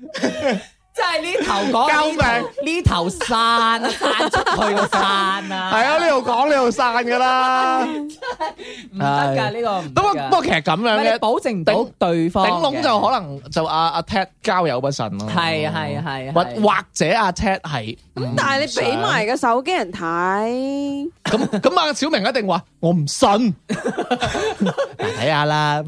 Speaker 2: 即係呢頭講，
Speaker 1: 救
Speaker 2: 呢頭呢頭散啊，散出去個散啊。
Speaker 1: 係啊，呢度講呢度散噶
Speaker 2: *laughs*
Speaker 1: 啦。
Speaker 2: 唔得㗎呢個唔得
Speaker 1: 不過
Speaker 2: 㗎。
Speaker 1: 不過其實咁
Speaker 2: 唔係
Speaker 1: 樣
Speaker 2: 你
Speaker 1: 嘅，
Speaker 2: 保證唔到對方嘅。
Speaker 1: 頂籠就可能就阿阿 Ted 交友不慎咯。
Speaker 2: 係係係
Speaker 1: 或
Speaker 2: 係
Speaker 1: 或者阿 Ted 係
Speaker 3: 咁但係你俾埋個手機人睇，
Speaker 1: 咁咁阿小明一定話我唔信。睇
Speaker 3: *laughs*
Speaker 1: 下啦，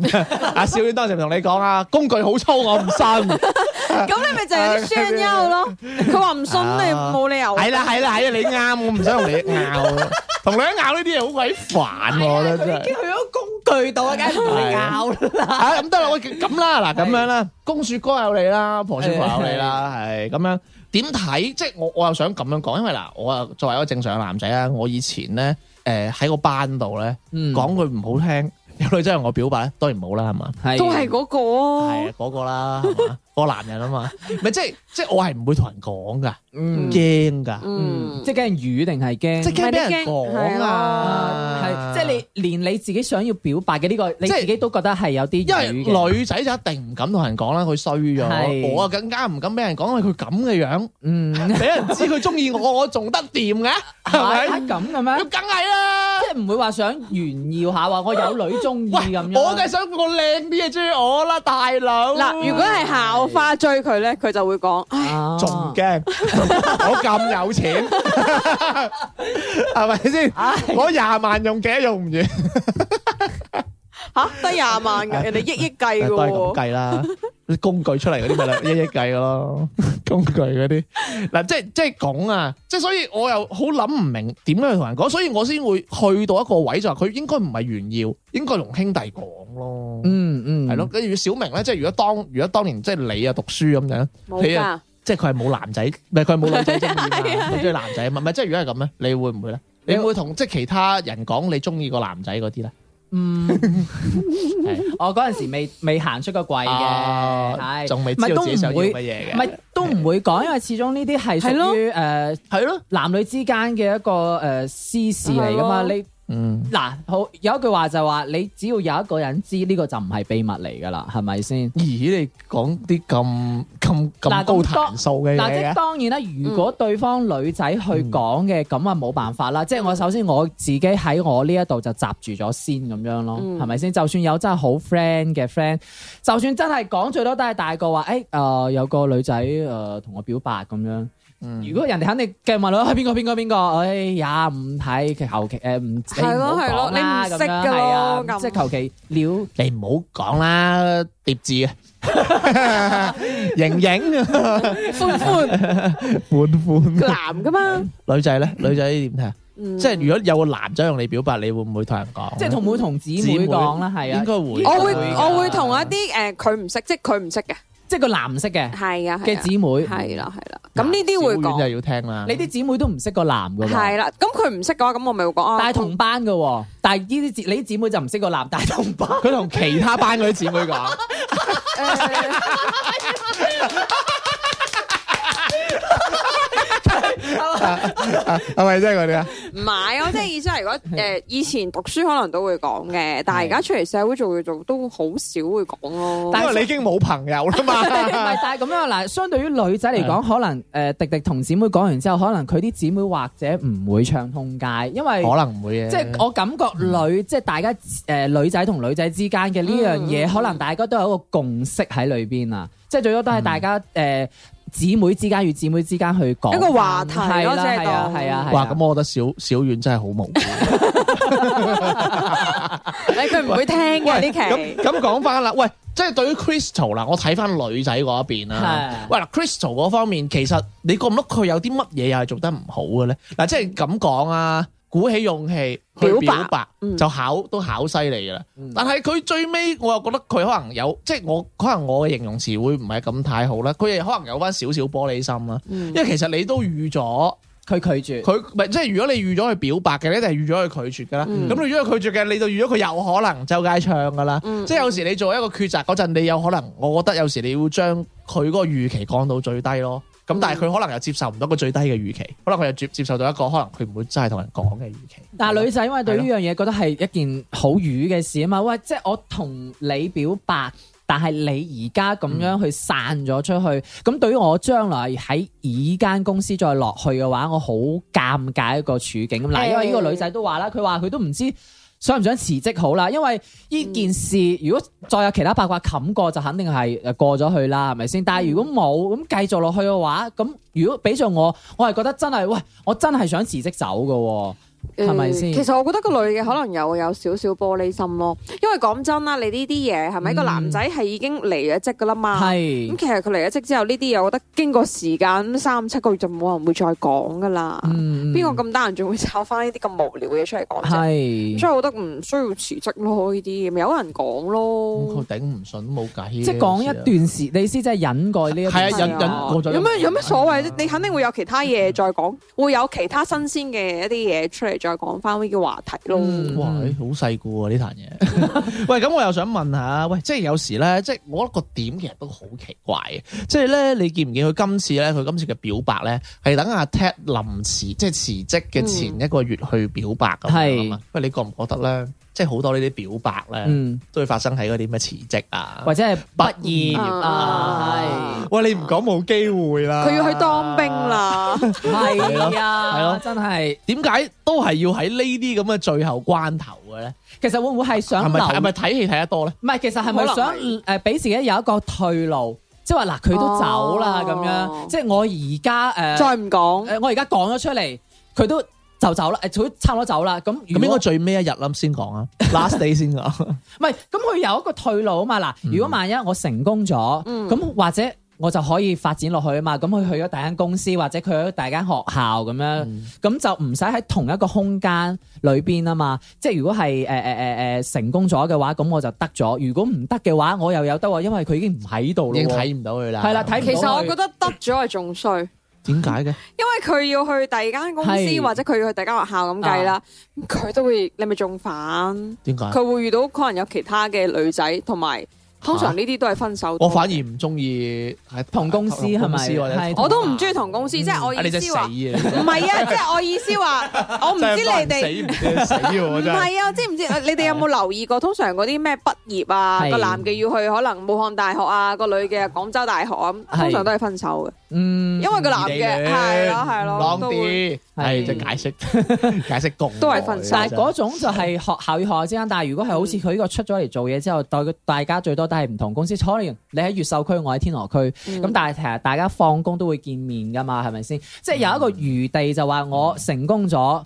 Speaker 1: 阿小婉當時同你講啊，工具好粗，我唔
Speaker 3: *laughs*
Speaker 1: 信。
Speaker 3: 咁你咪就有啲雙優咯。佢話唔信你
Speaker 1: 啊
Speaker 3: 冇理由。
Speaker 1: 係啦係啦係啦，你啱，我唔想同你拗，同你拗呢啲嘢好鬼煩，我覺得真係。
Speaker 2: 去咗工具度啊，梗係同你拗啦。
Speaker 1: 啊咁得啦，我咁啦，嗱咁樣啦，公雪哥有你啦，婆雪婆有你啦，係咁樣點睇？即係我我又想咁樣講，因為嗱，我啊作為一個正常嘅男仔啊，我以前咧誒喺個班度咧
Speaker 2: 嗯
Speaker 1: 講句唔好聽， *laughs* 有女仔向我表白咧，當然唔好啦，係嘛？
Speaker 2: 係
Speaker 3: 都係嗰
Speaker 1: 係
Speaker 3: 個
Speaker 2: 哦
Speaker 1: 啊，嗰個啦，係
Speaker 2: *laughs*
Speaker 1: 嘛個男人啊嘛，咪即係即係我係唔會同人講噶，
Speaker 2: 嗯
Speaker 1: 驚噶，
Speaker 3: 嗯，
Speaker 2: 即係驚魚定係驚？
Speaker 1: 即係驚俾人
Speaker 3: 咪你
Speaker 1: 講
Speaker 3: 驚
Speaker 1: 啊，
Speaker 2: 係，即係你連你自己想要表白嘅呢個，你
Speaker 1: 即係
Speaker 2: 自己都覺得係有啲
Speaker 1: 因為
Speaker 2: 魚嘅
Speaker 1: 女仔就一定唔敢同人講啦，佢衰
Speaker 2: 係
Speaker 1: 咗，我啊更加唔敢俾人講，因為佢咁嘅樣，
Speaker 2: 嗯，
Speaker 1: 俾人知佢中意我，我仲得掂
Speaker 2: *laughs*
Speaker 1: 嘅，係咪？
Speaker 2: 係咁嘅
Speaker 1: 咁
Speaker 2: 咩？
Speaker 1: 梗係
Speaker 2: *laughs*
Speaker 1: 啦。
Speaker 2: 即係唔會話想炫耀下話我有女中意
Speaker 1: 喂，
Speaker 2: 咁樣。
Speaker 1: 我梗係想個靚啲嘅追我啦，大佬。
Speaker 3: 嗱，如果係校花追佢咧，佢就會講唉
Speaker 2: 啊
Speaker 1: 仲
Speaker 2: *laughs*
Speaker 1: 驚，我咁有錢，係咪先？我廿萬用幾都用唔完，
Speaker 3: 吓得廿萬嘅，人哋億億計嘅
Speaker 1: 都係咁
Speaker 3: 喎。
Speaker 1: 計啦。啲工具出嚟嗰啲咪啦，一億計嘅
Speaker 2: *laughs*
Speaker 1: 咯，工具嗰啲嗱，即係即係講啊，即係所以我又好諗唔明點樣去同人講，所以我先會去到一個位就話佢應該唔係炫耀，應該同兄弟講咯，
Speaker 2: 嗯嗯，
Speaker 1: 係咯。跟住小明咧，即係如果當如果當年即係你啊讀書咁樣，
Speaker 2: *laughs*
Speaker 3: 冇
Speaker 1: 你
Speaker 3: 㗎
Speaker 1: 啊，即係佢係冇男仔，唔係佢係冇女仔中意嘛，
Speaker 3: 係啊係啊
Speaker 1: 佢中意男仔嘛。唔係即係如果係咁咧，你會唔會咧？你會唔會同即係其他人講你中意個男仔嗰啲咧？
Speaker 2: 嗯， *laughs*
Speaker 1: 係
Speaker 2: 我嗰陣時未未行出個櫃嘅，
Speaker 1: 啊
Speaker 2: 係
Speaker 1: 仲未
Speaker 2: 咪
Speaker 1: 知道
Speaker 2: 都
Speaker 1: 自己想
Speaker 2: 唔
Speaker 1: 要
Speaker 2: 會
Speaker 1: 乜嘢
Speaker 2: 唔
Speaker 1: 嘅，
Speaker 2: 係都唔會講，因為始終呢啲係
Speaker 3: 係咯
Speaker 2: 屬於誒
Speaker 1: 係咯，
Speaker 2: 男女之間嘅一個誒私事嚟噶嘛。
Speaker 3: 係咯
Speaker 2: 你
Speaker 1: 嗯，
Speaker 2: 嗱好有一句話就話，你只要有一個人知呢個就唔係秘密嚟噶啦，係咪先？
Speaker 1: 咦？你講啲咁咁咁
Speaker 2: 嗱
Speaker 1: 高
Speaker 2: 咁多
Speaker 1: 彈數
Speaker 3: 啊
Speaker 1: 嘅
Speaker 2: 嗱，即
Speaker 1: 嘢
Speaker 2: 係
Speaker 1: 嘅，
Speaker 2: 當然啦，如
Speaker 3: 嗯
Speaker 2: 果對方女仔去講嘅，咁啊冇辦法啦。即係我首先我自己喺我呢一度就閘住咗先咁樣咯，
Speaker 3: 嗯
Speaker 2: 係咪先？就算有真係好 friend 嘅 friend，就算真係講最多都係大個話，誒誒有個女仔誒同我表白咁樣。
Speaker 1: 嗯
Speaker 2: 如果人哋肯定嘅問你，係邊個邊個邊個？哎呀，唔睇其後期誒唔你
Speaker 3: 係
Speaker 2: 唔
Speaker 3: 咯
Speaker 2: 好
Speaker 3: 係咯
Speaker 2: 講啦
Speaker 3: 你
Speaker 2: 咁
Speaker 3: 唔
Speaker 2: 樣
Speaker 3: 識㗎咯
Speaker 2: 係啊
Speaker 3: 咁
Speaker 2: 即係求其撩。
Speaker 1: 你唔好講啦，疊 *laughs* 字啊，盈盈啊，
Speaker 3: 歡歡
Speaker 1: 歡歡。
Speaker 3: 男噶
Speaker 1: *laughs*
Speaker 3: 嘛，
Speaker 1: 女仔咧，女仔點睇啊？
Speaker 3: 嗯
Speaker 1: 即係如果有個男仔向你表白，你會唔會同人講？
Speaker 2: 即係同妹同姊
Speaker 1: 姊妹
Speaker 2: 妹講啦，係啊，
Speaker 1: 應該會啊
Speaker 3: 我會
Speaker 1: 會
Speaker 3: 我會同一啲誒佢唔識，即係佢唔識嘅，
Speaker 2: 即係個藍色嘅
Speaker 3: 係啊係
Speaker 2: 嘅
Speaker 3: 啊
Speaker 2: 姊妹，
Speaker 3: 係啦係啦，咁呢啲會
Speaker 1: 小丸
Speaker 3: 講
Speaker 1: 就要聽啦。
Speaker 2: 你啲姊妹都唔識個男噶
Speaker 3: 係
Speaker 2: 喎，
Speaker 3: 啦，咁佢唔識嘅話，咁我咪會講啊，
Speaker 2: 但係同班噶喎，但係呢啲姊你啲姊妹就唔識個男，但係同班。
Speaker 1: *laughs* 佢同其他班嗰啲姊妹講， *laughs* 係咪真係嗰啲啊？
Speaker 3: 唔係，我即係意思係，
Speaker 2: *laughs*
Speaker 3: 如果誒以前讀書可能都會講嘅，但係而家出嚟社會做嘢做都好少會講咯。
Speaker 2: 但
Speaker 1: 因
Speaker 2: 係
Speaker 1: 為你已經冇朋友啦
Speaker 2: *laughs* *laughs* 唔係
Speaker 1: 嘛。，
Speaker 2: 但係咁樣嗱，相對於女仔嚟講，可能誒迪迪同姊妹講完之後，可能佢啲姊妹或者唔會唱通街，因為
Speaker 1: 可能唔會嘅，
Speaker 2: 即係我感覺女即係大家誒女仔同女仔之間嘅呢樣嘢，可能大家都有一個共識喺裏邊啊，即係最多都係大家誒姊妹之間與姊妹之間去講
Speaker 3: 一個話題咯
Speaker 2: 係啦
Speaker 3: 即係
Speaker 2: 係啊
Speaker 3: 當
Speaker 2: 係啊係
Speaker 1: 哇！
Speaker 2: 啊
Speaker 1: 咁。我覺得小小遠真係好
Speaker 2: *laughs*
Speaker 1: 無辜。 *laughs*
Speaker 3: 你佢唔會聽嘅呢
Speaker 1: 咁
Speaker 3: 期，
Speaker 1: 咁講翻啦，喂，即係對於 Crystal 啦，我睇翻女仔嗰一邊啦。
Speaker 2: 係
Speaker 1: 喂嗱，Crystal 嗰方面，其實你覺唔覺得佢有啲乜嘢又係做得唔好嘅咧？嗱，即係咁講啊，鼓起勇氣去
Speaker 3: 表白
Speaker 1: 表白
Speaker 3: 嗯
Speaker 1: 就考都考犀利㗎啦。
Speaker 2: 嗯
Speaker 1: 但係佢最尾我又覺得佢可能有，即係我可能我嘅形容詞會唔係咁太好啦。佢哋可能有翻少少玻璃心啦，
Speaker 3: 嗯
Speaker 1: 因為其實你都預咗。
Speaker 2: 佢拒絕，
Speaker 1: 佢唔係即係如果你預咗佢表白嘅，你一定係預咗佢拒絕㗎啦。咁、
Speaker 3: 嗯
Speaker 1: 你預咗佢拒絕嘅，你就預咗佢有可能周街唱㗎啦。
Speaker 3: 嗯
Speaker 1: 即係有時你做一個抉擇嗰陣，你有可能，我覺得有時你要將佢嗰個預期降到最低咯。
Speaker 3: 嗯
Speaker 1: 咁但係佢可能又接受唔到個最低嘅預期，可能佢又接接受到一個可能佢唔會真係同人講嘅預期。
Speaker 2: 但係女仔因為對呢
Speaker 1: 係
Speaker 2: 樣嘢覺得係一件好瘀嘅事啊嘛，喂，即係我同你表白，但係你而家咁樣去散咗出去，咁對於我將來喺依間公司再落去嘅話，我好尷尬一個處境咁。嗱，因為呢個女仔都話啦，佢話佢都唔知。想唔想辭職好啦？因為呢件事，如果再有其他八卦冚過，就肯定係誒過咗去啦，係咪先？但係如果冇咁繼續落去嘅話，咁如果俾咗我，我係覺得真係，喂，我真係想辭職走嘅喎。係咪先
Speaker 3: 呃其實我覺得個女嘅可能有有少少玻璃心咯，因為講真啦，你呢啲嘢係咪
Speaker 2: 嗯
Speaker 3: 個男仔係已經離咗職噶啦嘛？咁
Speaker 2: 係，
Speaker 3: 其實佢離咗職之後，呢啲嘢我覺得經過時間三七個月就冇人會再講噶啦。
Speaker 2: 嗯
Speaker 3: 邊個咁得閒仲會炒翻呢啲咁無聊嘅嘢出嚟講啫？
Speaker 2: 係？
Speaker 3: 所以我覺得唔需要辭職咯，呢啲咪有人講
Speaker 1: 咁
Speaker 3: 咯
Speaker 1: 佢。頂唔順冇計。
Speaker 2: 即係講一段時，你先真係忍過呢
Speaker 1: 係
Speaker 2: 一
Speaker 1: 啊
Speaker 2: 段時
Speaker 1: 忍
Speaker 2: 間
Speaker 1: 忍過咗
Speaker 3: 有咩有咩所謂啫？你肯定會有其他嘢再講，會有其他新鮮嘅一啲嘢出嚟嚟再講翻呢個話題咯。
Speaker 2: 嗯
Speaker 1: 哇，
Speaker 2: 嗯
Speaker 1: 咦好細個啊喎呢壇嘢。
Speaker 3: *laughs*
Speaker 1: 喂，咁我又想問下，喂，即係有時咧，即係我覺得個點其實都好奇怪嘅。即係咧，你見唔見佢今次咧，佢今次嘅表白咧，係等阿 Ted 臨辭，即係辭職嘅
Speaker 3: 嗯
Speaker 1: 前一個月去表白咁樣啊嘛喂，你覺唔覺得咧？即係好多呢啲表白咧，
Speaker 2: 嗯，
Speaker 1: 都會發生喺嗰啲咩辭職啊
Speaker 2: 或，者係
Speaker 1: 畢
Speaker 2: 畢業啊，
Speaker 1: 喂，你唔講冇機會啦。
Speaker 3: 啊佢要去當兵
Speaker 1: *laughs*
Speaker 3: 啦，
Speaker 2: 係係啊，
Speaker 1: 係咯
Speaker 2: 真係。
Speaker 1: 點解都係要喺呢啲咁嘅最後關頭嘅咧？
Speaker 2: 其實會唔會係想
Speaker 1: 係咪
Speaker 2: 留
Speaker 1: 睇係咪睇戲睇得多咧？
Speaker 2: 唔係，其實係咪
Speaker 3: 可能
Speaker 2: 想誒俾自己有一個退路？即係話嗱，佢都走啦
Speaker 3: 哦
Speaker 2: 咁樣，即係我而家呃
Speaker 3: 再唔講，
Speaker 2: 誒誒，我而家講咗出嚟，佢都就走啦，誒佢都差唔多走啦。咁如
Speaker 1: 咁應
Speaker 2: 果
Speaker 1: 該最尾一日啦先講 *laughs* 啊，last day 先講。
Speaker 2: 唔係，咁佢有一個退路啊嘛。嗱，
Speaker 1: 嗯
Speaker 2: 如果萬一我成功咗，咁、
Speaker 3: 嗯
Speaker 2: 或者我就可以發展落去啊嘛。咁佢去咗第間公司，或者佢去咗第間學校咁樣，
Speaker 1: 嗯
Speaker 2: 咁就唔使喺同一個空間裏邊啊嘛。即係如果係誒誒誒誒成功咗嘅話，咁我就得咗；如果唔得嘅話，我又有得喎，因為佢已經唔喺度
Speaker 1: 已經
Speaker 2: 咯喎。
Speaker 1: 睇唔到佢啦。
Speaker 2: 係啦睇唔
Speaker 3: 其
Speaker 2: 到
Speaker 3: 實我覺得得咗係仲衰，
Speaker 1: 點解
Speaker 3: 因
Speaker 1: 嘅？
Speaker 3: 為佢要去第二間公司
Speaker 2: 係
Speaker 3: 或者佢要去第二間學校咁計
Speaker 1: 啊
Speaker 3: 啦，咁佢都會你咪仲反，
Speaker 1: 點解？
Speaker 3: 佢會遇到可能有其他嘅女仔，同埋通常呢啲都係分手多
Speaker 1: 啊我
Speaker 3: 嘅。
Speaker 1: 反而唔中意喺
Speaker 2: 同公司係咪
Speaker 1: 同公司或者
Speaker 2: 係
Speaker 3: 我都唔中意同公司，即係我
Speaker 1: 啊你
Speaker 3: 意
Speaker 1: 真係
Speaker 3: 思
Speaker 1: 死
Speaker 3: 話，
Speaker 1: 啊！
Speaker 3: 唔
Speaker 1: 你
Speaker 3: 係啊，即係我意思話，我唔知
Speaker 1: 真係幫
Speaker 3: 你
Speaker 1: 人
Speaker 3: 哋。
Speaker 1: 死唔 *laughs* 知死
Speaker 3: 唔
Speaker 1: 喎，真係。
Speaker 3: 係啊，知唔知？你哋有冇留意過？通常嗰啲咩畢業啊，
Speaker 2: 係
Speaker 3: 個男嘅要去可能武漢大學啊，個女嘅廣州大學啊，咁
Speaker 2: 係
Speaker 3: 通常都係分手嘅，
Speaker 2: 嗯，
Speaker 3: 因為個男嘅係咯係咯，
Speaker 1: 浪
Speaker 3: 都會
Speaker 1: 啲
Speaker 2: 係
Speaker 1: 係就解釋 *laughs* 解釋共
Speaker 3: 都係分手
Speaker 2: 但係嗰種就係學校與學校之間，但係如果係好
Speaker 1: 嗯
Speaker 2: 似佢呢個出咗嚟做嘢之後，對佢大家最多都係唔同公司，可能你喺越秀區，我喺天河區，
Speaker 1: 嗯
Speaker 2: 咁、但係其實大家放工都會見面噶嘛，係咪先？即係有一個餘地就話
Speaker 1: 嗯
Speaker 2: 我成功咗，誒、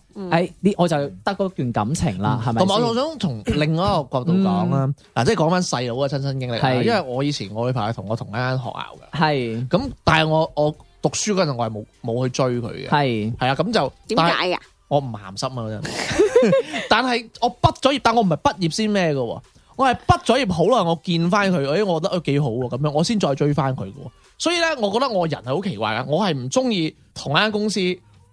Speaker 2: 呢我就得嗰段感情啦，係咪
Speaker 1: 同埋我仲
Speaker 2: 先？
Speaker 1: 想從另外一個角度講啦，嗱，即係講翻細佬嘅親身經歷啦，
Speaker 2: 係
Speaker 1: 因為我以前我女朋友同我同一間學校嘅，
Speaker 2: 係
Speaker 1: 咁但係我我讀書嗰陣我係冇冇去追佢嘅，
Speaker 2: 係
Speaker 1: 係啊，咁就
Speaker 3: 點
Speaker 1: 但係
Speaker 3: 解啊？
Speaker 1: 我唔鹹濕啊嗰陣， *laughs* 但係我畢咗業，但我唔係畢業先咩嘅喎，我係畢咗業好耐，我見翻佢，誒，我覺得佢幾好喎，咁樣我先再追翻佢嘅喎。所以咧，我覺得我人係好奇怪嘅，我係唔中意同一間公司、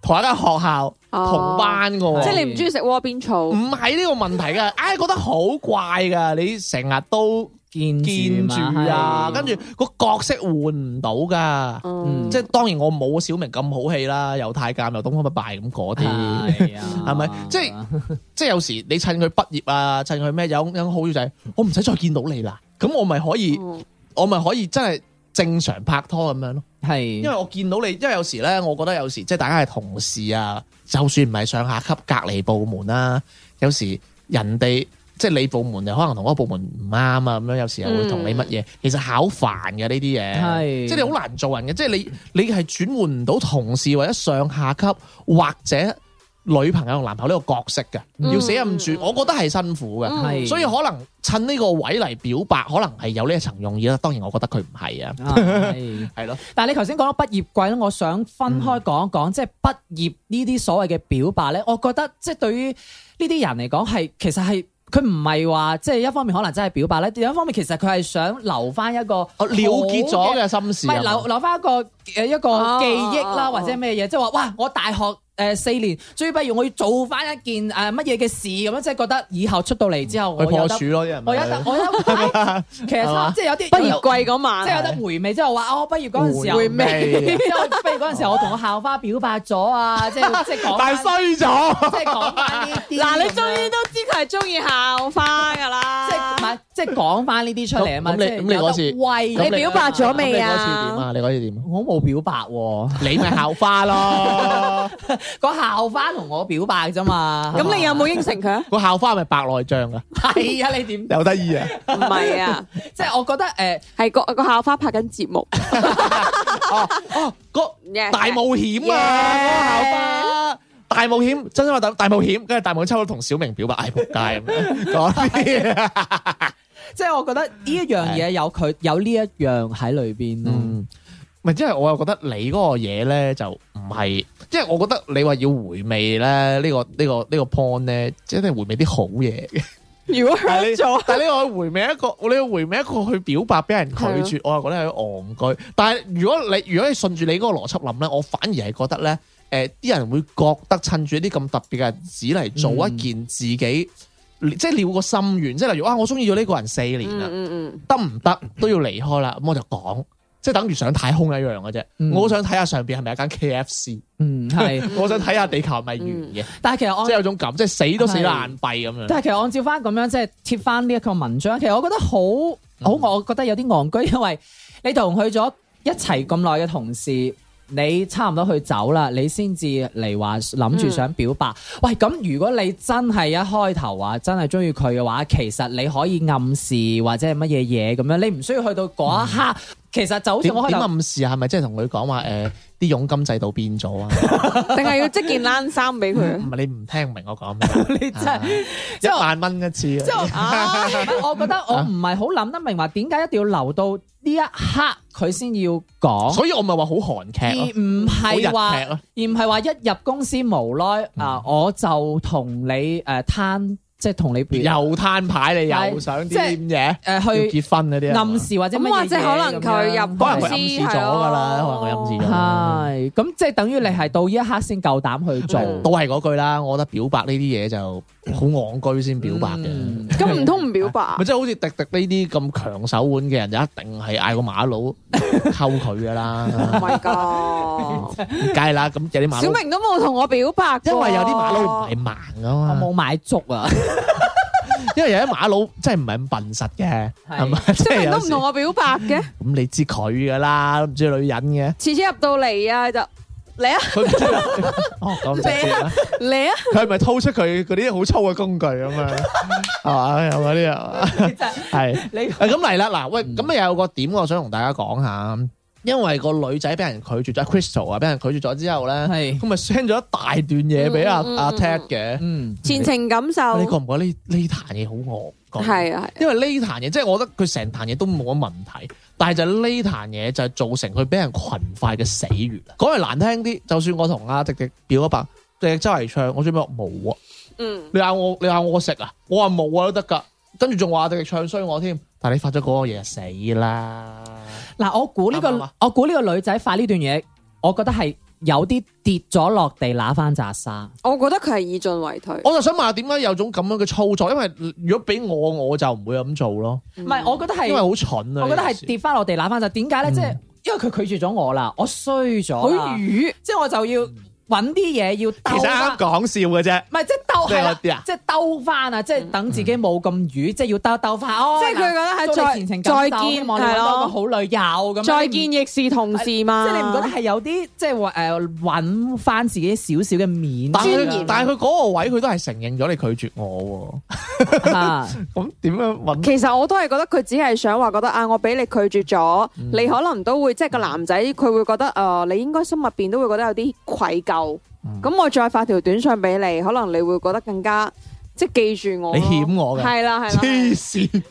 Speaker 1: 同一間學校、
Speaker 3: 哦
Speaker 1: 同班嘅
Speaker 3: 即
Speaker 1: 喎。
Speaker 3: 係你唔中意食窩邊草
Speaker 1: 唔，係呢個問題㗎，唉，覺得好怪㗎，你成日都
Speaker 2: 見
Speaker 1: 見
Speaker 2: 住
Speaker 1: 住
Speaker 2: 嘛
Speaker 1: 啊，
Speaker 2: 係
Speaker 1: 跟住個角色換唔到㗎。
Speaker 3: 嗯
Speaker 1: 即係當然我冇小明咁好戲啦，又太監又東方不敗咁嗰啲。
Speaker 2: 係啊，
Speaker 1: 係咪即係即係有時你趁佢畢業啊，趁佢咩有有種好處就係我唔使再見到你啦，咁我咪可以，
Speaker 3: 嗯
Speaker 1: 我咪可以真係正常拍拖咁樣咯。
Speaker 2: 係
Speaker 1: 因為我見到你，因為有時咧，我覺得有時即係大家係同事啊，就算唔係上下級隔離部門啦、有時人哋即係你部門就可能同嗰個部門唔啱啊，咁樣有時又會同你
Speaker 2: 嗯
Speaker 1: 乜嘢，其實好煩嘅呢啲嘢，
Speaker 2: 係
Speaker 1: 即係你好難做人嘅，即係你你係轉換唔到同事或者上下級或者女朋友同男朋友呢個角色嘅，
Speaker 2: 嗯
Speaker 1: 要死忍住，我覺得係辛苦嘅。
Speaker 2: 係，
Speaker 1: *laughs*
Speaker 2: 啊
Speaker 1: 所以可能趁呢個位嚟表白，可能係有呢一層用意啦。當然，我覺得佢唔係啊，
Speaker 2: 啊係
Speaker 1: 係咯。
Speaker 2: 但係你頭先講到畢業季咧，我想分
Speaker 1: 嗯
Speaker 2: 開講一講，即係畢業呢啲所謂嘅表白咧，我覺得即係對於呢啲人嚟講係其實係佢唔係話即係一方面可能真係表白咧，另一方面其實佢係想留翻一個
Speaker 1: 哦我了結
Speaker 2: 好
Speaker 1: 咗嘅心
Speaker 2: 唔
Speaker 1: 事
Speaker 2: 係
Speaker 1: 啊，
Speaker 2: 留留翻一個誒一個記憶
Speaker 3: 哦
Speaker 2: 啦，
Speaker 3: 哦
Speaker 2: 或者咩嘢，即係話哇，我大學誒、四年，最不如我要做翻一件誒乜嘢嘅事咁樣，即係覺得以後出到嚟之後
Speaker 1: 去
Speaker 2: 我有
Speaker 1: 破
Speaker 2: 得
Speaker 1: 處咯，啲人咪
Speaker 2: 我有得我有得，其
Speaker 1: *laughs* 係嘛
Speaker 2: 實即係有啲
Speaker 3: 畢業季嗰
Speaker 2: 即啊係有
Speaker 3: 晚，
Speaker 2: 得回味，即係話啊，我畢業嗰陣時候
Speaker 3: 回味
Speaker 2: 即係我畢業嗰陣時候，我同個校花表白咗啊，即係即係講
Speaker 1: 但
Speaker 2: 返，
Speaker 1: 係衰咗，
Speaker 2: 即係講翻呢啲。
Speaker 3: 嗱，你
Speaker 2: 終
Speaker 3: 終於
Speaker 2: 於
Speaker 3: 都知佢係中意校花㗎啦，
Speaker 2: 即係唔係即係講翻呢啲出嚟啊嘛？
Speaker 1: 咁咁你
Speaker 2: 即係
Speaker 1: 咁你嗰次
Speaker 2: 有得威
Speaker 1: 咁你
Speaker 3: 你表白咗未
Speaker 1: 你嗰次點啊？你嗰次點啊？
Speaker 2: 我冇表白喎，
Speaker 1: 你咪校花
Speaker 2: *laughs*
Speaker 1: 咯，
Speaker 2: 個校花同我表白啫嘛。
Speaker 3: 咁你有冇應承佢
Speaker 1: *laughs*
Speaker 3: 啊？
Speaker 1: 個校花咪白內障噶，
Speaker 2: *laughs* 係啊？你點？
Speaker 1: 有得意啊！
Speaker 3: 唔係啊，
Speaker 2: 即係我覺得誒，
Speaker 3: 係個個校花拍緊節目，
Speaker 1: 哦，個大冒險啊，
Speaker 3: Yeah
Speaker 1: 個校花。大冒險，真心話大大冒險，跟住大冒險抽到同小明表白，唉仆街咁樣講啲嘢，
Speaker 2: 即係我覺得呢一樣嘢有佢有呢一樣喺裏邊咯。
Speaker 1: 嗯，咪即係我又覺得你嗰個嘢咧就唔係，即係我覺得你話要回味咧呢個呢個呢個 point 咧，即係回味啲好嘢嘅。
Speaker 3: 如果 hurt 咗，
Speaker 1: *laughs* 但係你話回味一個，你要回味一個去表白俾人啊拒絕，我又覺得係戇居。但係如果你如果你順住你嗰個邏輯諗咧，我反而係覺得咧，誒啲人會覺得趁住一啲咁特別嘅日子嚟做一件自己，即係了個心願，即係例如啊，我中意咗呢個人四年啦，
Speaker 3: 嗯嗯
Speaker 1: 得唔得都要離開啦，咁我就講。即係等於上太空一樣嘅啫，
Speaker 2: 嗯
Speaker 1: 我好想睇下上邊係咪有間 K F C，
Speaker 2: 嗯係。
Speaker 1: 我想睇下地球係咪圓嘅，
Speaker 2: 但係其實
Speaker 1: 即係
Speaker 2: 按，
Speaker 1: 有種感，即係死都死得硬幣咁樣。
Speaker 2: 但係其實按照翻咁樣，即係貼翻呢一個文章，其實我覺得
Speaker 1: 嗯
Speaker 2: 好好，我覺得有啲戇居，因為你同佢咗一齊咁耐嘅同事。你差唔多去走啦，你先至嚟話諗
Speaker 1: 嗯
Speaker 2: 住想表白。喂，咁如果你真係一開頭話真係中意佢嘅話，其實你可以暗示或者係乜嘢嘢咁樣，你唔需要去到嗰一刻。其實就好似
Speaker 1: 嗯點
Speaker 2: 我開
Speaker 1: 點
Speaker 2: 頭
Speaker 1: 暗示啊係咪即係同佢講話誒啲佣金制度變咗
Speaker 2: *laughs*
Speaker 1: 啊？
Speaker 3: 嗯，定係要即件冷衫俾佢
Speaker 1: 唔係你唔聽唔明我講咩？
Speaker 2: 你真係
Speaker 1: 啊一
Speaker 2: *laughs* 即係
Speaker 1: 萬蚊一次
Speaker 2: 即
Speaker 1: 啊！
Speaker 2: 係啊，我覺得我唔係好諗得明白點解一定要留到呢一刻佢先要講，
Speaker 1: 哦所以我咪話好韓
Speaker 2: 而
Speaker 1: 劇咯，
Speaker 2: 唔
Speaker 1: 好日嗯
Speaker 2: 係話
Speaker 1: 劇咯。
Speaker 2: 而唔係話一入公司無耐啊，我就同你誒呃攤，即係同你誒
Speaker 1: 又攤牌你又
Speaker 2: 係
Speaker 1: 想
Speaker 2: 即係
Speaker 1: 啲嘢，要
Speaker 2: 去
Speaker 1: 結婚嗰啲啊
Speaker 2: 暗示或者乜
Speaker 3: 咁
Speaker 2: 嘢
Speaker 3: 或者可能佢入
Speaker 1: 可能
Speaker 3: 公
Speaker 1: 佢
Speaker 3: 司嗯
Speaker 1: 暗示
Speaker 3: 係
Speaker 1: 咗㗎啦
Speaker 3: 咯
Speaker 1: 可能佢暗示咗
Speaker 2: 係咁，即係等於你係到呢一刻先夠膽去做。
Speaker 1: 都係嗰句啦。我覺得表白呢啲嘢就好戇居先表白嘅。
Speaker 2: 嗯
Speaker 3: 咁唔通唔表白啊
Speaker 1: *laughs* 咪？即係好似迪迪呢啲咁強手腕嘅人，就一定係嗌個馬佬溝佢噶啦， *laughs*
Speaker 3: Oh my god！
Speaker 1: 梗係啦。咁有啲馬
Speaker 3: 小
Speaker 1: 佬，
Speaker 3: 明都冇同我表白㗎喎，
Speaker 1: 因為有啲馬佬唔係盲噶
Speaker 2: 我
Speaker 1: 嘛，
Speaker 2: 冇買足啊， *laughs*
Speaker 1: 因為有啲馬佬真係唔係咁笨實嘅，
Speaker 2: 係
Speaker 1: 係咪？ *laughs* 即
Speaker 3: 小
Speaker 1: 係
Speaker 3: 明
Speaker 1: 有
Speaker 3: 都唔
Speaker 1: 時
Speaker 3: 同我表白嘅，
Speaker 1: 咁你知佢噶啦，都唔知女人嘅，
Speaker 3: 次次入到嚟啊就嚟啊
Speaker 1: 佢唔知哦咁直接啦。 *laughs*
Speaker 3: 嚟啊！
Speaker 1: 佢係咪掏出佢嗰啲好粗嘅工具咁 *laughs* 樣？係嘛？有嗰啲啊？係
Speaker 2: 你
Speaker 1: 誒咁嚟啦！嗱，喂，咁啊有個點我想同大家講下，因為個女仔俾人拒絕咗，Crystal 啊，俾人拒絕咗之後咧，
Speaker 2: 係
Speaker 1: 咁咪 send 咗一大段嘢俾阿
Speaker 3: 嗯嗯嗯
Speaker 1: 阿 Ted 嘅。
Speaker 2: 嗯
Speaker 3: 前程感受
Speaker 1: 你覺唔覺呢呢壇嘢好惡？
Speaker 3: 係啊
Speaker 1: 因為呢壇嘢，即係我覺得佢成壇嘢都冇乜問題，但係就呢壇嘢就係造成佢俾人群快嘅死穴啦。講嚟難聽啲，就算我同阿迪迪表咗白，迪迪周圍唱，我最尾話冇啊，
Speaker 3: 嗯
Speaker 1: 你嗌我你嗌我食啊，我話冇啊都得噶，跟住仲話迪迪唱衰我添，但係你發咗嗰個嘢死啦，
Speaker 2: 嗱，我估呢
Speaker 1: 啱唔啱
Speaker 2: 個
Speaker 1: 啊
Speaker 2: 我估呢個女仔發呢段嘢，我覺得係有啲跌咗落地揦翻扎沙。
Speaker 3: 我覺得佢係以進為退。
Speaker 1: 我就想問下點解有種咁樣嘅操作，因為如果俾我我就唔會咁做咯，
Speaker 2: 唔係，我覺得係
Speaker 1: 嗯因為好蠢啊，
Speaker 2: 我覺得
Speaker 1: 呢件事
Speaker 2: 係跌翻落地揦翻就點解咧？即係因為佢拒絕咗我啦，我衰咗啦
Speaker 3: 好愚，
Speaker 2: 即係我就要揾啲嘢要
Speaker 1: 其
Speaker 2: 兜
Speaker 1: 實啱
Speaker 2: 翻
Speaker 1: 啱，講笑嘅啫。
Speaker 2: 唔係即係兜
Speaker 1: 即係
Speaker 2: 係啦
Speaker 1: 嗰啲啊，
Speaker 2: 即係兜翻啊！即係等自己冇咁愚，即係要兜兜翻。
Speaker 3: 嗯
Speaker 2: 哦
Speaker 3: 即係佢覺得係
Speaker 2: 祝你
Speaker 3: 再
Speaker 2: 前程
Speaker 3: 再
Speaker 2: 感受希
Speaker 3: 見
Speaker 2: 望你揾
Speaker 3: 係
Speaker 2: 到個
Speaker 3: 咯，
Speaker 2: 好女友咁樣。
Speaker 3: 再
Speaker 2: 你唔
Speaker 3: 見亦是同事嘛。
Speaker 2: 啊即係你唔覺得係有啲即係話誒揾翻自己少少嘅面
Speaker 1: 但
Speaker 3: 尊
Speaker 1: 係
Speaker 3: 嚴
Speaker 1: 但係佢嗰個位佢都係承認咗你拒絕我
Speaker 2: 啊
Speaker 1: 喎， *laughs* 咁點樣揾？
Speaker 3: 其實我都係覺得佢只係想話覺得啊，我俾你拒絕咗，你可能都會即係個男仔佢會覺得誒、呃你應該心入邊都會覺得有啲愧疚。咁、我再發條短信俾你，可能你會覺得更加即係記住我咯。
Speaker 1: 你欠我嘅
Speaker 3: 係啦係
Speaker 1: 黐
Speaker 3: 啦，
Speaker 1: 線！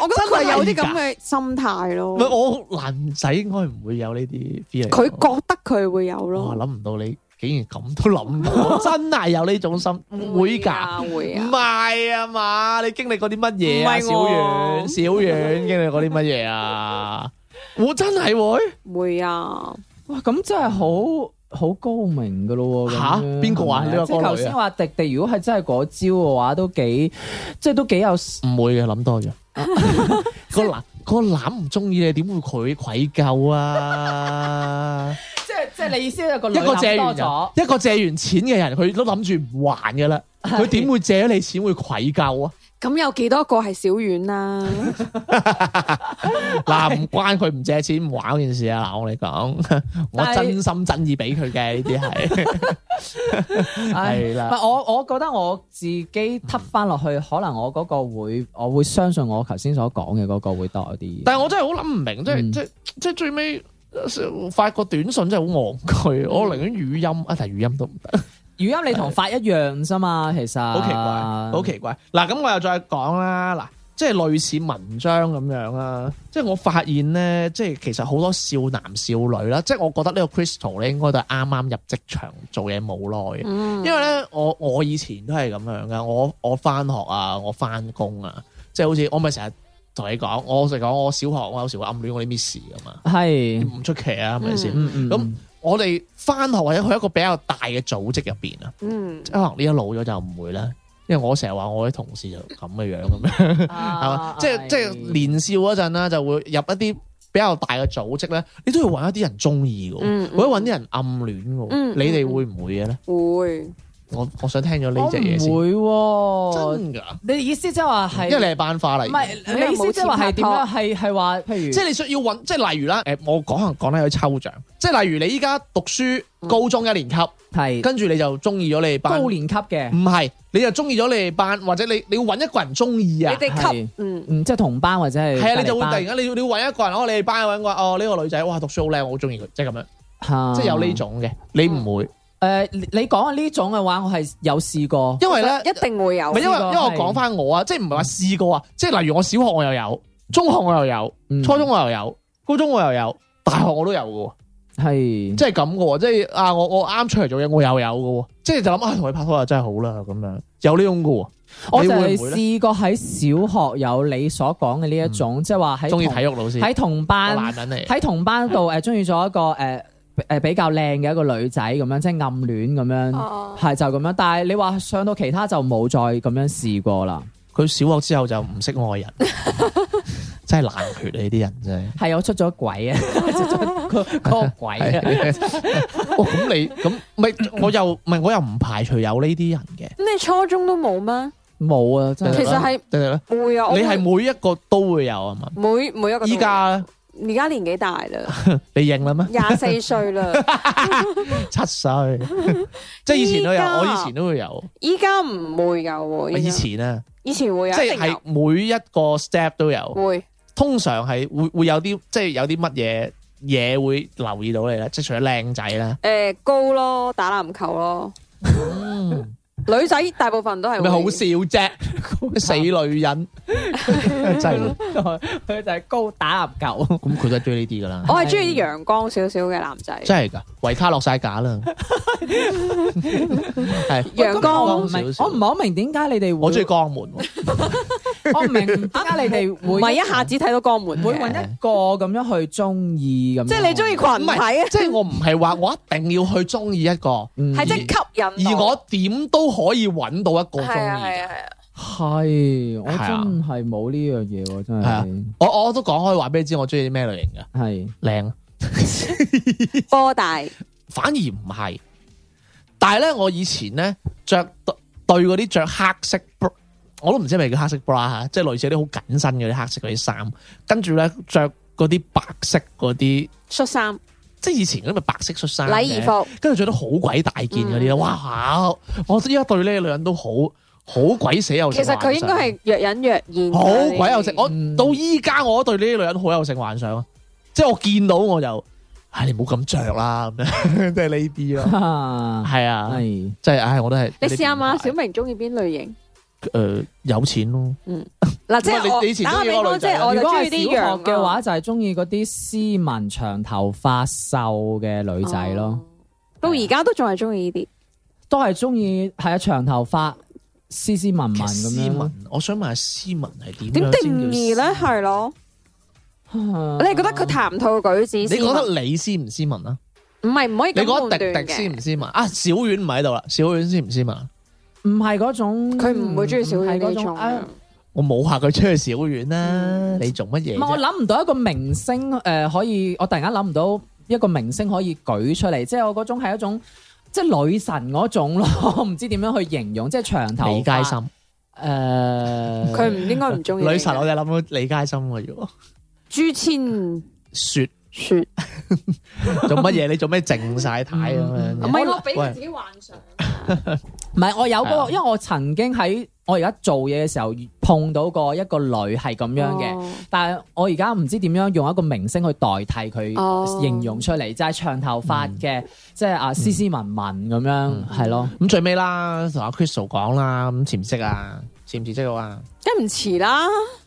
Speaker 3: 我覺得佢有啲
Speaker 1: 真
Speaker 3: 咁
Speaker 1: 係
Speaker 3: 嘅心態
Speaker 1: 唔
Speaker 3: 咯。
Speaker 1: 係我男仔應該唔會有呢啲 feeling。
Speaker 3: 佢覺得佢會有
Speaker 1: 哇
Speaker 3: 咯，
Speaker 1: 諗唔到你竟然咁都諗
Speaker 3: *laughs*
Speaker 1: 到，真係有呢種心會㗎。
Speaker 3: 啊會
Speaker 1: 唔
Speaker 3: 啊。
Speaker 1: 係啊嘛，你經歷過啲乜嘢
Speaker 3: 唔
Speaker 1: 啊？
Speaker 3: 係
Speaker 1: 小
Speaker 3: 喎
Speaker 1: 遠，小遠經歷過啲乜嘢啊？我真係會
Speaker 3: 會啊，
Speaker 2: 哇，咁真係好好高明噶咯喎！咁
Speaker 1: 吓
Speaker 2: 樣
Speaker 1: 邊個啊
Speaker 2: 係咪
Speaker 1: 呢個
Speaker 2: 即
Speaker 1: 歌
Speaker 2: 係
Speaker 1: 女啊
Speaker 2: 頭先話迪迪，如果係真係嗰招嘅話，都幾即係都幾有
Speaker 1: 唔會嘅，諗
Speaker 2: *laughs*
Speaker 1: 多咗。個男個男唔中意你，點會佢愧疚
Speaker 2: *laughs*
Speaker 1: 啊？
Speaker 2: 即係即係你意思係個女
Speaker 1: 一個借
Speaker 2: 諗
Speaker 1: 完
Speaker 2: 多咗，
Speaker 1: 人，一個借完錢嘅人，佢都諗住唔還
Speaker 2: *laughs*
Speaker 1: 噶啦，佢點會借咗你錢會愧疚啊？
Speaker 3: 咁有幾多個係小遠啦？
Speaker 1: 嗱，唔關佢唔借錢唔還嗰件事啊！嗱，我哋講，我
Speaker 2: 但係
Speaker 1: 真心真意俾佢嘅呢啲
Speaker 2: *laughs*
Speaker 1: 係
Speaker 2: 唉
Speaker 1: 係
Speaker 2: 唔
Speaker 1: 啦，嗯
Speaker 2: 係我我覺得我自己揼翻落去，可能我嗰個會，我會相信我頭先所講嘅嗰個會多啲。
Speaker 1: 但係我真係好諗唔明，即係
Speaker 2: 嗯
Speaker 1: 即係即係最尾。呃發個短信真係好戇居，我寧願語音啊，但係語音都唔得，
Speaker 2: 語音你同發一樣啫嘛，其實
Speaker 1: 好奇怪，
Speaker 2: 啊
Speaker 1: 好奇怪。嗱，咁我又再講啦，嗱，即係類似文章咁樣啦，即係我發現咧，即係其實好多少男少女啦，即係我覺得呢個 Crystal 咧應該都係啱啱入職場做嘢冇耐嘅，
Speaker 3: 嗯
Speaker 1: 因為咧，我我以前都係咁樣噶，我我翻學啊，我翻工啊，即係好似我咪成日同你講，我成日講我小學我有時會暗戀我啲 miss 噶嘛，
Speaker 2: 係，
Speaker 1: 唔出奇啊，係咪先？
Speaker 2: 嗯嗯，
Speaker 1: 咁
Speaker 2: 嗯
Speaker 1: 我哋翻學或者去一個比較大嘅組織入邊啊，
Speaker 3: 嗯，
Speaker 1: 即係可能呢一老咗就唔會啦。因為我成日話我啲同事就咁嘅樣
Speaker 2: *laughs*
Speaker 1: 咁樣，
Speaker 2: 係
Speaker 1: 係
Speaker 2: 啊
Speaker 1: 嘛？即係即係年少嗰陣啦，就會入一啲比較大嘅組織咧，你都要揾一啲人中意嘅
Speaker 3: 嗯
Speaker 1: 喎，
Speaker 3: 嗯
Speaker 1: 或者揾啲人暗戀嘅喎。
Speaker 3: 嗯
Speaker 1: 你哋會唔會嘅咧？
Speaker 3: 會
Speaker 1: 我我想聽咗呢
Speaker 2: 我
Speaker 1: 只嘢先。
Speaker 2: 唔會喎，
Speaker 1: 真㗎，
Speaker 2: 你意思即係話係
Speaker 1: 因為你係班花嚟
Speaker 2: 唔
Speaker 1: 嘅。
Speaker 2: 係你意思即係話係點樣？係係話譬
Speaker 1: 即
Speaker 2: 如
Speaker 1: 係你想要揾，即係例如啦，誒，我講下講得有啲抽象，即係例如你依家讀書高中一年級，
Speaker 2: 係
Speaker 1: 跟住你就中意咗你哋班，
Speaker 2: 嗯高
Speaker 1: 唔
Speaker 2: 年級嘅，
Speaker 1: 係你就中意咗你哋班，或者你你要揾一個人中意啊
Speaker 3: 你，哋級，嗯，
Speaker 2: 嗯，即係同班或者係
Speaker 1: 係啊，你就會
Speaker 2: 隔離
Speaker 1: 突
Speaker 2: 班
Speaker 1: 然間你要你要揾一個人，哦，你哋班揾個哦呢個女仔，哇讀書好靚，我好中意佢，即係咁樣，
Speaker 2: 嚇
Speaker 1: 即係有呢種嘅，你唔
Speaker 2: 嗯
Speaker 1: 會，
Speaker 2: 誒，你你講嘅呢種嘅話，我係有試過。
Speaker 1: 因為咧，
Speaker 3: 一定會有
Speaker 1: 唔係。因為因
Speaker 2: 試過
Speaker 1: 為我
Speaker 2: 係
Speaker 1: 講翻我啊，即係唔係話試過啊，即係例如我小學我又有，中學我又有，
Speaker 2: 嗯
Speaker 1: 初中我又有，高中我又有，大學我都有嘅喎。即
Speaker 2: 係
Speaker 1: 係咁嘅喎，即係啊！我我啱出嚟做嘢，我又有嘅喎，即係就諗啊，同佢拍拖又真係好啦咁樣，有呢種嘅
Speaker 2: 我
Speaker 1: 你
Speaker 2: 就
Speaker 1: 會唔
Speaker 2: 係
Speaker 1: 會呢
Speaker 2: 試過喺小學有你所講嘅呢一種，即係話
Speaker 1: 喎，
Speaker 2: 喺
Speaker 1: 嗯中意
Speaker 2: 同
Speaker 1: 體育老師，
Speaker 2: 喺同
Speaker 1: 我
Speaker 2: 班
Speaker 1: 男人嚟嘅，
Speaker 2: 喺同
Speaker 1: *laughs*
Speaker 2: 班度誒中意咗一個誒誒比較靚嘅一個女仔咁樣，即係暗戀咁樣，
Speaker 3: 哦
Speaker 2: 係就咁樣。但係你話上到其他就冇再咁樣試過啦。
Speaker 1: 佢小學之後就唔識愛
Speaker 2: *laughs*
Speaker 1: 人， *laughs* 真係冷血啊你啲人真
Speaker 2: 係我出咗
Speaker 3: *laughs*
Speaker 2: 軌啊，出咗個個軌啊，
Speaker 1: 係。
Speaker 2: *laughs*
Speaker 1: 哦，咁你咁咪我又唔係我又唔排除有呢啲人嘅，
Speaker 3: 咁你初中都冇咩？
Speaker 2: 冇啊，真
Speaker 3: 其
Speaker 2: 係
Speaker 3: 實係
Speaker 1: 得啦，
Speaker 3: 會啊，我
Speaker 1: 你
Speaker 3: 會
Speaker 1: 係每一個都會有啊嘛。
Speaker 3: 每每一個都會
Speaker 1: 依家呢
Speaker 3: 而家年紀大
Speaker 1: *laughs*
Speaker 3: 啦，
Speaker 1: 你認啦咩？
Speaker 3: 廿四歲
Speaker 1: *laughs*
Speaker 3: 啦，
Speaker 1: 七歲，
Speaker 3: *laughs*
Speaker 1: 即係以前都
Speaker 3: 嗯依
Speaker 1: 有，
Speaker 3: 家
Speaker 1: 我以前都會有，
Speaker 3: 依家唔會有喎。
Speaker 1: 我以前啊，
Speaker 3: 以前會
Speaker 1: 即
Speaker 3: 有，嗯一
Speaker 1: 係
Speaker 3: 定
Speaker 1: 係
Speaker 3: 有
Speaker 1: 每一個 step 都有。
Speaker 3: 會
Speaker 1: 通常係會會有啲即係有啲乜嘢嘢會留意到你咧，即係除咗靚仔啦，
Speaker 3: 誒呃高咯，打籃球咯。
Speaker 2: 嗯
Speaker 3: 女仔大部分都係
Speaker 1: 咪好
Speaker 3: 會
Speaker 1: 笑啫，
Speaker 2: *laughs*
Speaker 1: 死女
Speaker 3: *laughs*
Speaker 1: 人真係
Speaker 2: 佢就係高打籃球。
Speaker 1: 咁佢都係追呢啲噶啦，
Speaker 3: 我係中意啲陽光少少嘅男仔，
Speaker 1: 真係噶，維他落晒
Speaker 3: *laughs*
Speaker 1: 架啦，係
Speaker 3: 陽光
Speaker 2: 我唔明，我唔係好明點解你哋會，
Speaker 1: 我中意江門喎，
Speaker 2: 我唔明點解
Speaker 3: *laughs*
Speaker 2: 你哋
Speaker 3: 唔
Speaker 2: 會
Speaker 3: 係一下子睇到江門
Speaker 2: 會
Speaker 3: 嘅
Speaker 2: 揾一個咁樣去中意咁樣。
Speaker 3: 即哦係你中意
Speaker 1: 唔
Speaker 3: 群體啊
Speaker 1: 係，即係我唔係話我一定要去中意一個，而
Speaker 2: 嗯，
Speaker 3: 係即係吸引到。
Speaker 1: 我點都可以揾到一個中
Speaker 3: 哦係啊
Speaker 1: 意
Speaker 3: 係啊
Speaker 1: 嘅。
Speaker 3: 係啊，
Speaker 2: 係，我
Speaker 1: 係啊
Speaker 2: 真係冇呢樣嘢喎，真
Speaker 1: 係啊
Speaker 2: 係
Speaker 1: 我我都講開話俾你知，我中意啲咩類型嘅，
Speaker 2: 係。
Speaker 1: 靚。啊
Speaker 3: 波大
Speaker 1: 反而唔係。但係咧，我以前咧着對對嗰啲着黑色 bra，我都唔知係咪叫黑色 bra 吓，即係類似啲好緊身嗰啲黑色嗰啲衫，跟住咧着嗰啲白色嗰啲，
Speaker 3: 恤
Speaker 1: *laughs*
Speaker 3: 衫、
Speaker 1: 即啊係以前嗰啲咪白色恤衫嘅
Speaker 3: 禮儀，服，
Speaker 1: 跟住着得好鬼大件嗰啲
Speaker 3: 嗯
Speaker 1: 咧，哇！我依家對呢個女人都好好鬼死有
Speaker 3: 其
Speaker 1: 性
Speaker 3: 實佢
Speaker 1: 幻想。
Speaker 3: 應該係若隱若現。
Speaker 1: 好鬼有性，我
Speaker 2: 嗯
Speaker 1: 到依家我都對呢啲女人好有性幻想啊！即係我見到我就，唉，你唔好咁着啦，咁樣 *laughs* 即係呢啲咯。
Speaker 2: 係
Speaker 1: 係啊，
Speaker 2: 係
Speaker 1: 即係唉，我都係
Speaker 3: 你試下嘛，
Speaker 1: 誒
Speaker 3: 小、明中意邊類型？
Speaker 1: 有錢咯，
Speaker 3: 嗱，即
Speaker 1: 唔係你你以
Speaker 3: 係
Speaker 1: 前
Speaker 3: 我打
Speaker 1: 中
Speaker 3: 個
Speaker 1: 意
Speaker 3: 比
Speaker 1: 嗰個女
Speaker 3: 方，即
Speaker 1: 仔
Speaker 3: 係
Speaker 1: 啊
Speaker 3: 我就
Speaker 2: 如
Speaker 3: 中
Speaker 2: 果係
Speaker 3: 意啲啊
Speaker 2: 小
Speaker 3: 陽
Speaker 2: 學嘅話，就係中意嗰啲斯文長頭髮瘦嘅女仔咯，。
Speaker 3: 到而家都仲係中意呢啲，
Speaker 2: 都係中意係啊長頭髮斯斯文文咁
Speaker 1: 斯
Speaker 2: 樣。
Speaker 1: 文。我想問下斯文係點
Speaker 3: 點
Speaker 1: 樣先叫
Speaker 3: 定義咧？係咯，
Speaker 2: 你
Speaker 3: 你係覺得佢談吐舉止
Speaker 1: 斯文？你
Speaker 3: 斯
Speaker 1: 覺
Speaker 3: 文，
Speaker 1: 得你斯唔斯文啊？
Speaker 3: 唔係唔可以
Speaker 1: 你覺
Speaker 3: 咁
Speaker 1: 得
Speaker 3: 判
Speaker 1: 迪
Speaker 3: 斷
Speaker 1: 迪斯
Speaker 3: 嘅。
Speaker 1: 唔斯文啊？小遠唔喺度啦，小遠斯唔斯文啊？
Speaker 2: 唔係嗰種，
Speaker 3: 佢唔會中意小
Speaker 2: 唔
Speaker 3: 遠
Speaker 2: 係嗰
Speaker 3: 呢
Speaker 2: 種
Speaker 3: 種
Speaker 2: 啊
Speaker 3: 啊。
Speaker 1: 我冇下佢出去小遠
Speaker 2: 嗯
Speaker 1: 啦，你做乜嘢
Speaker 2: 唔係，我
Speaker 1: 啫？
Speaker 2: 諗唔到一個明星誒、呃可以，我突然間諗唔到一個明星可以舉出嚟，即係我嗰種係一種即係女神嗰種咯， *laughs* 我唔知點樣去形容，即係長頭髮呃
Speaker 1: 李佳芯，
Speaker 2: 誒，
Speaker 3: 佢唔應該唔中意
Speaker 1: 女神，我哋諗到李佳芯嘅啫喎。
Speaker 3: 朱千
Speaker 1: 雪
Speaker 3: 雪，
Speaker 1: *laughs* 做乜嘢？你做咩靜晒態咁
Speaker 2: 嗯
Speaker 1: 樣
Speaker 3: 唔
Speaker 1: 嘅？
Speaker 3: 係我俾
Speaker 1: 佢
Speaker 3: 自己幻想。
Speaker 2: 唔係我有嗰、
Speaker 1: 係
Speaker 2: 個，
Speaker 1: 啊
Speaker 2: 因為我曾經喺我而家做嘢嘅時候碰到過一個女係咁樣嘅。
Speaker 3: 哦
Speaker 2: 但係我而家唔知點樣用一個明星去代替
Speaker 3: 哦
Speaker 2: 佢形容出嚟，就係長頭髮嘅，即係啊斯斯文文咁樣，係咯。
Speaker 1: 咁最尾啦，同阿 Crystal 講啦，咁似唔識啊？似唔似識我啊？
Speaker 3: 梗唔遲啦，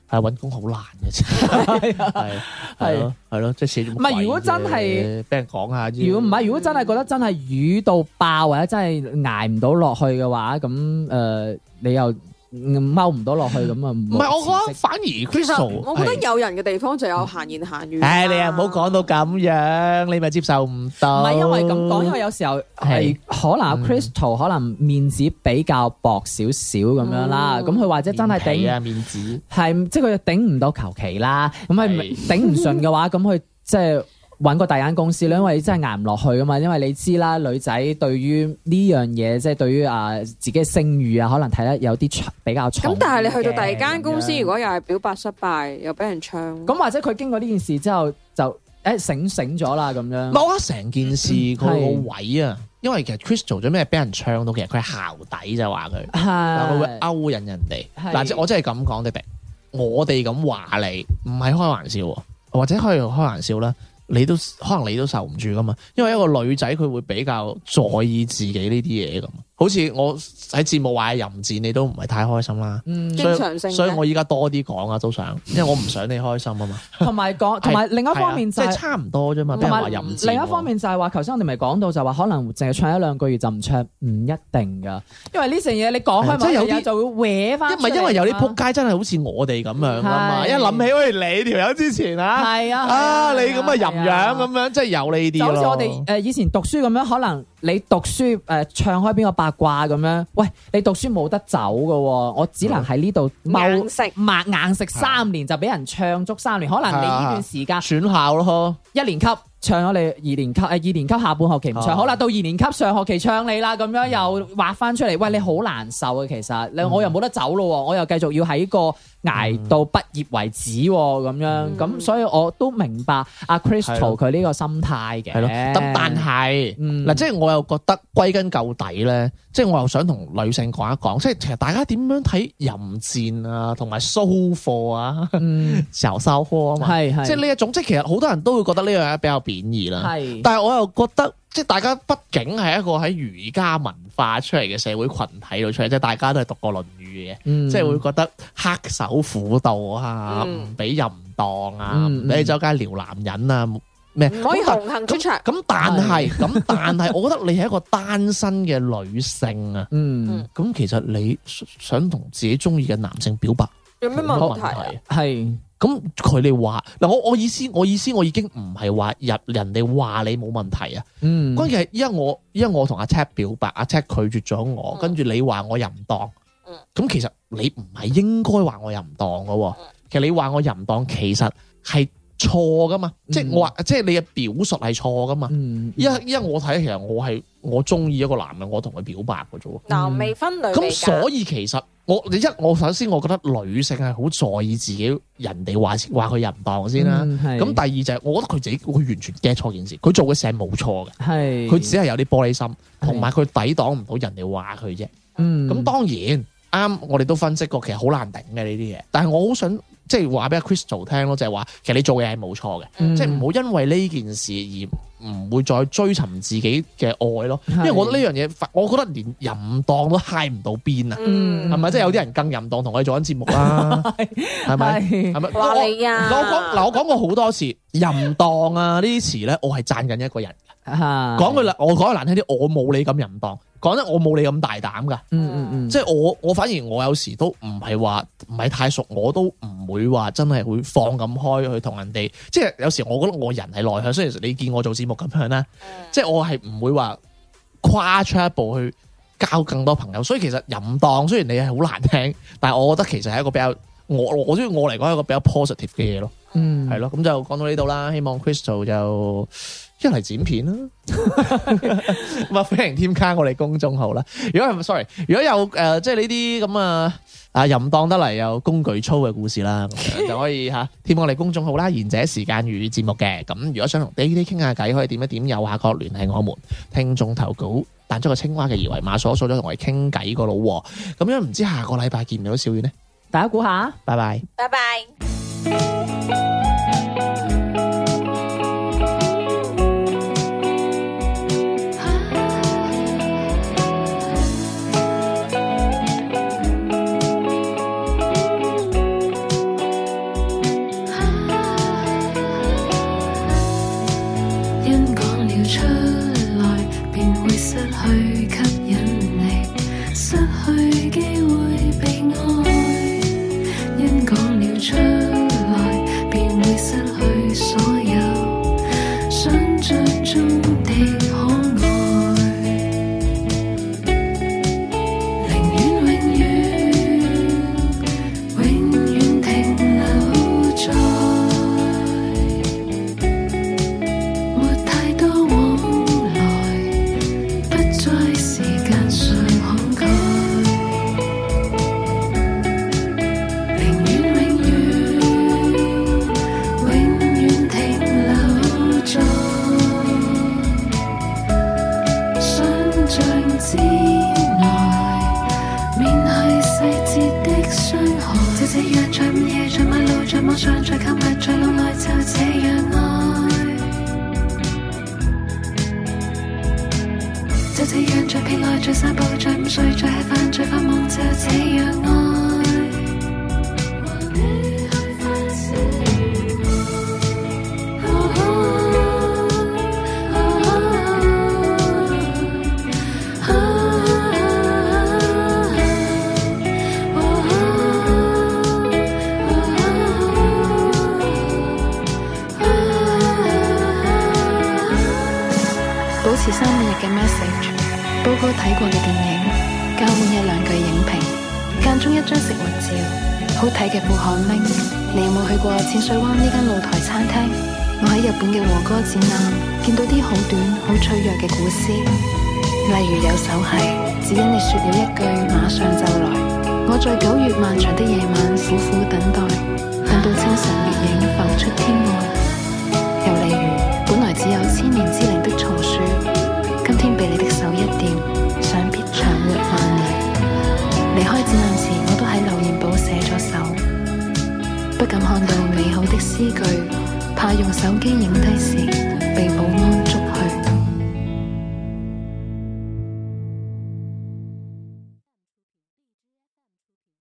Speaker 1: 係揾工好難嘅啫，係係咯係咯，即係寫住乜
Speaker 2: 唔啊係
Speaker 1: 鬼
Speaker 2: 如果真係
Speaker 1: 啫俾人講下啫，
Speaker 2: 如果唔係，如果真係覺得真係瘀到爆，或者真係捱唔到落去嘅話，咁誒、呃你又踎唔到落去 *laughs* 咁啊，唔
Speaker 1: 唔係，我覺得反而
Speaker 3: 其實
Speaker 1: Crystal，
Speaker 3: 我覺得
Speaker 1: 係
Speaker 3: 有人嘅地方就有閒言閒語。啊
Speaker 1: 唉，你又唔好講到咁樣，你咪接受唔
Speaker 2: 唔
Speaker 1: 到。
Speaker 2: 係因為咁講，因為有時候係
Speaker 1: 係
Speaker 2: 可能阿
Speaker 1: 嗯
Speaker 2: Crystal 可能面子比較薄少少咁樣啦，咁佢或者真係
Speaker 1: 面皮
Speaker 2: 頂
Speaker 1: 啊面子。
Speaker 2: 係即係佢頂唔到求其啦，咁佢
Speaker 1: 係
Speaker 2: 頂唔順
Speaker 3: *laughs*
Speaker 2: 嘅話，咁佢即係。揾個大間公司咧，因為真係捱唔落去噶嘛。因為你知啦，女仔對於呢樣嘢，即係對於啊自己嘅聲譽啊，可能睇得有啲重比較重嘅。
Speaker 3: 咁但係你去到第二間公司，
Speaker 2: 咁樣
Speaker 3: 如果又係表白失敗，又俾人唱，
Speaker 2: 咁或者佢經過呢件事之後就誒醒醒咗啦咁樣。
Speaker 1: 唔係，我覺得成件事佢
Speaker 2: 嗯係
Speaker 1: 個位啊，因為其實 Crystal 做咩俾人唱到，其實佢係校底就話佢，嗱佢會
Speaker 2: 係
Speaker 1: 勾引人哋。
Speaker 2: 係
Speaker 1: 嗱，即我真係咁講，迪迪，我哋咁話你，唔係開玩笑喎，或者可以開玩笑啦。你都可能你都受唔住噶嘛，因為一個女仔佢會比較在意自己呢啲嘢咁。好似我喺節目話淫賤，你都唔係太開心啦。
Speaker 2: 嗯
Speaker 3: 經常性
Speaker 1: 所以
Speaker 3: 嘅
Speaker 1: 我依家多啲講啊，都想，因為我唔想你開心啊嘛。
Speaker 2: 同埋講，同埋另一方面就
Speaker 1: 係啊
Speaker 2: 係
Speaker 1: 即係差唔多啫嘛，俾人
Speaker 2: 同埋
Speaker 1: 話淫賤喎
Speaker 2: 另一方，面就係話，頭先我哋咪講到就話，可能淨係唱一兩個月就唔唱，唔一定噶，因為呢成嘢你講
Speaker 1: 係
Speaker 2: 開
Speaker 1: 即係有
Speaker 2: 某
Speaker 1: 啲
Speaker 2: 啲就會搲翻。
Speaker 1: 因唔係因為有啲
Speaker 2: 啊
Speaker 1: 仆街真係好似我哋咁樣噶嘛，
Speaker 2: 係
Speaker 1: 一諗起喂你條友之前啊，
Speaker 2: 係啊，
Speaker 1: 啊你咁嘅淫樣咁啊
Speaker 2: 啊。
Speaker 1: 樣，即係有呢啲
Speaker 2: 就
Speaker 1: 咯
Speaker 2: 好似我哋呃誒以前讀書咁樣，可能你讀書誒唱開邊個八卦咁樣，喂，你讀書冇得走嘅喎，我只能喺呢度
Speaker 3: 硬
Speaker 2: 踎
Speaker 3: 食。
Speaker 2: 硬硬食三年就俾人唱足三年，可能你呢段時間
Speaker 1: 選校咯，
Speaker 2: 一年級唱咗你二年級，誒二年級下半學期唔唱，
Speaker 1: 啊
Speaker 2: 好啦，到二年級上學期唱你啦，咁樣又畫翻出嚟，喂，你好難受啊，其實你我又冇得走咯喎，我又繼續要喺個捱到畢業為止喎，咁樣，咁所以我都明白阿 Crystal
Speaker 1: 咯
Speaker 2: 佢呢個心態嘅，
Speaker 1: 係咯。咁但係
Speaker 2: 嗯
Speaker 1: 嗱，即係我又覺得歸根究底咧，即係我又想同女性講一講，即係其實大家點樣睇淫賤啊，同埋騷貨啊， *laughs*
Speaker 2: 嗯，
Speaker 1: 潮騷貨啊嘛，
Speaker 2: 係係，
Speaker 1: 即係呢一種，即係其實好多人都會覺得呢樣嘢比較貶義啦。
Speaker 2: 係
Speaker 1: 但係我又覺得，即係大家畢竟係一個喺儒家文化出嚟嘅社會群體度出嚟，即係大家都係讀過《論語》嘅，
Speaker 2: 嗯
Speaker 1: 即係會覺得黑手苦道啊，
Speaker 3: 嗯
Speaker 1: 唔俾淫蕩啊，
Speaker 2: 嗯
Speaker 1: 唔俾周街撩男人啊，咩
Speaker 3: 唔可以
Speaker 1: 咁
Speaker 3: 紅杏出牆，
Speaker 1: 但咁但係咁但係，我覺得你係一個單身嘅女性啊，
Speaker 2: 嗯
Speaker 1: 咁其實你想同自己中意嘅男性表白
Speaker 3: 有咩
Speaker 1: 冇
Speaker 3: 問
Speaker 1: 乜
Speaker 3: 題
Speaker 1: 問
Speaker 3: 啊？
Speaker 1: 題。
Speaker 2: 係
Speaker 1: 咁佢哋話嗱，我我意思我意思我已經唔係話人人哋話你冇問題啊。
Speaker 2: 嗯
Speaker 1: 關鍵係依家我依家我同阿 Tap 表白，阿 Tap 拒絕咗
Speaker 3: 嗯
Speaker 1: 我，跟住你話我淫蕩
Speaker 3: 嗯，
Speaker 1: 咁其實你唔係應該話我淫蕩嘅，
Speaker 3: 嗯
Speaker 1: 其實你話我淫蕩其實係錯噶嘛，
Speaker 2: 嗯
Speaker 1: 即係我話即係你嘅表述係錯噶嘛。
Speaker 2: 嗯
Speaker 1: 依家依家我睇其實我係我中意一個男嘅，我同佢表白嘅啫喎。
Speaker 3: 男未婚女未
Speaker 1: 咁
Speaker 3: 嫁
Speaker 1: 所以其實我你一我首先我覺得女性係好在意自己人哋話話佢淫蕩先啦。
Speaker 2: 嗯係
Speaker 1: 咁第二就係我覺得佢自己佢完全 get 錯件事，佢做嘅事係冇錯嘅。
Speaker 2: 係
Speaker 1: 佢只係有啲玻璃心，同埋佢抵擋唔到人哋話佢啫。
Speaker 2: 嗯
Speaker 1: 咁當然啱，我哋都分析過，其實好難頂嘅呢啲嘢。但係我好想即係話俾阿 Crystal 聽咯，就係話其實你做嘅嘢係冇錯嘅，
Speaker 2: 嗯
Speaker 1: 即係唔好因為呢件事而唔會再追尋自己嘅愛咯。因為我覺得呢樣嘢發，我覺得連淫蕩都嗨唔到邊啊！
Speaker 3: 嗯
Speaker 1: 係咪？即係有啲人更淫蕩，同我哋做緊節目啦，係咪？
Speaker 2: 係
Speaker 1: 係咪？
Speaker 3: 話
Speaker 1: 我
Speaker 3: 你啊，
Speaker 1: 嗱我講嗱我講過好多次淫蕩啊呢啲詞咧，我係讚緊一個人。
Speaker 2: 啊
Speaker 1: 講句難，我講句難聽啲，我冇你咁淫蕩。講得我冇你咁大膽噶，
Speaker 2: 嗯嗯嗯
Speaker 1: 即係我我反而我有時都唔係話唔係太熟，我都唔會話真係會放咁開去同人哋。即係有時我覺得我人係內向，雖然你見我做節目咁樣啦，
Speaker 2: 嗯
Speaker 1: 即係我係唔會話跨出一步去交更多朋友。所以其實淫蕩雖然你係好難聽，但係我覺得其實係一個比較我我中意我嚟講係一個比較 positive 嘅嘢咯。
Speaker 2: 嗯
Speaker 1: 係咯，咁就講到呢度啦。希望 Crystal 就一嚟剪片啦，咁啊歡迎添加我哋公眾號啦。如果係 sorry，如果有誒、呃即係呢啲咁啊啊淫蕩得嚟又工具粗嘅故事啦，咁樣就可以嚇添我哋公眾號啦。賢者時間與節目嘅咁，如果想同 Daddy 傾下偈，可以點一點右下角聯繫我們聽眾投稿。彈咗個青蛙嘅二維碼，掃一掃咗同我哋傾偈個咯喎。咁樣唔知下個禮拜見唔見到小遠呢？
Speaker 2: 大家估下。啊
Speaker 1: 拜拜。
Speaker 3: 拜拜。
Speaker 4: 因講了出來，便會失去吸引力，失去機會被愛。
Speaker 7: 這樣在疲累，在散步，在午睡，在吃飯，在發夢，就這樣
Speaker 4: 保持三五日嘅 message，報告睇過嘅電影，交換一兩句影評，間中一張食物照，好睇嘅副刊拎。你有冇去過淺水灣呢間露台餐廳？我喺日本嘅和歌展覽見到啲好短、好脆弱嘅古詩，例如有首係只因你說了一句馬上就來，我在九月漫長的夜晚苦苦等待，等到清晨月影浮出天外。又例如，本來只有千年之靈的松鼠，今天被你的手一掂，想必長活萬年。離開展覽時，我都喺留言簿寫咗手，不敢看到美好的詩句，怕用手機影低時被保安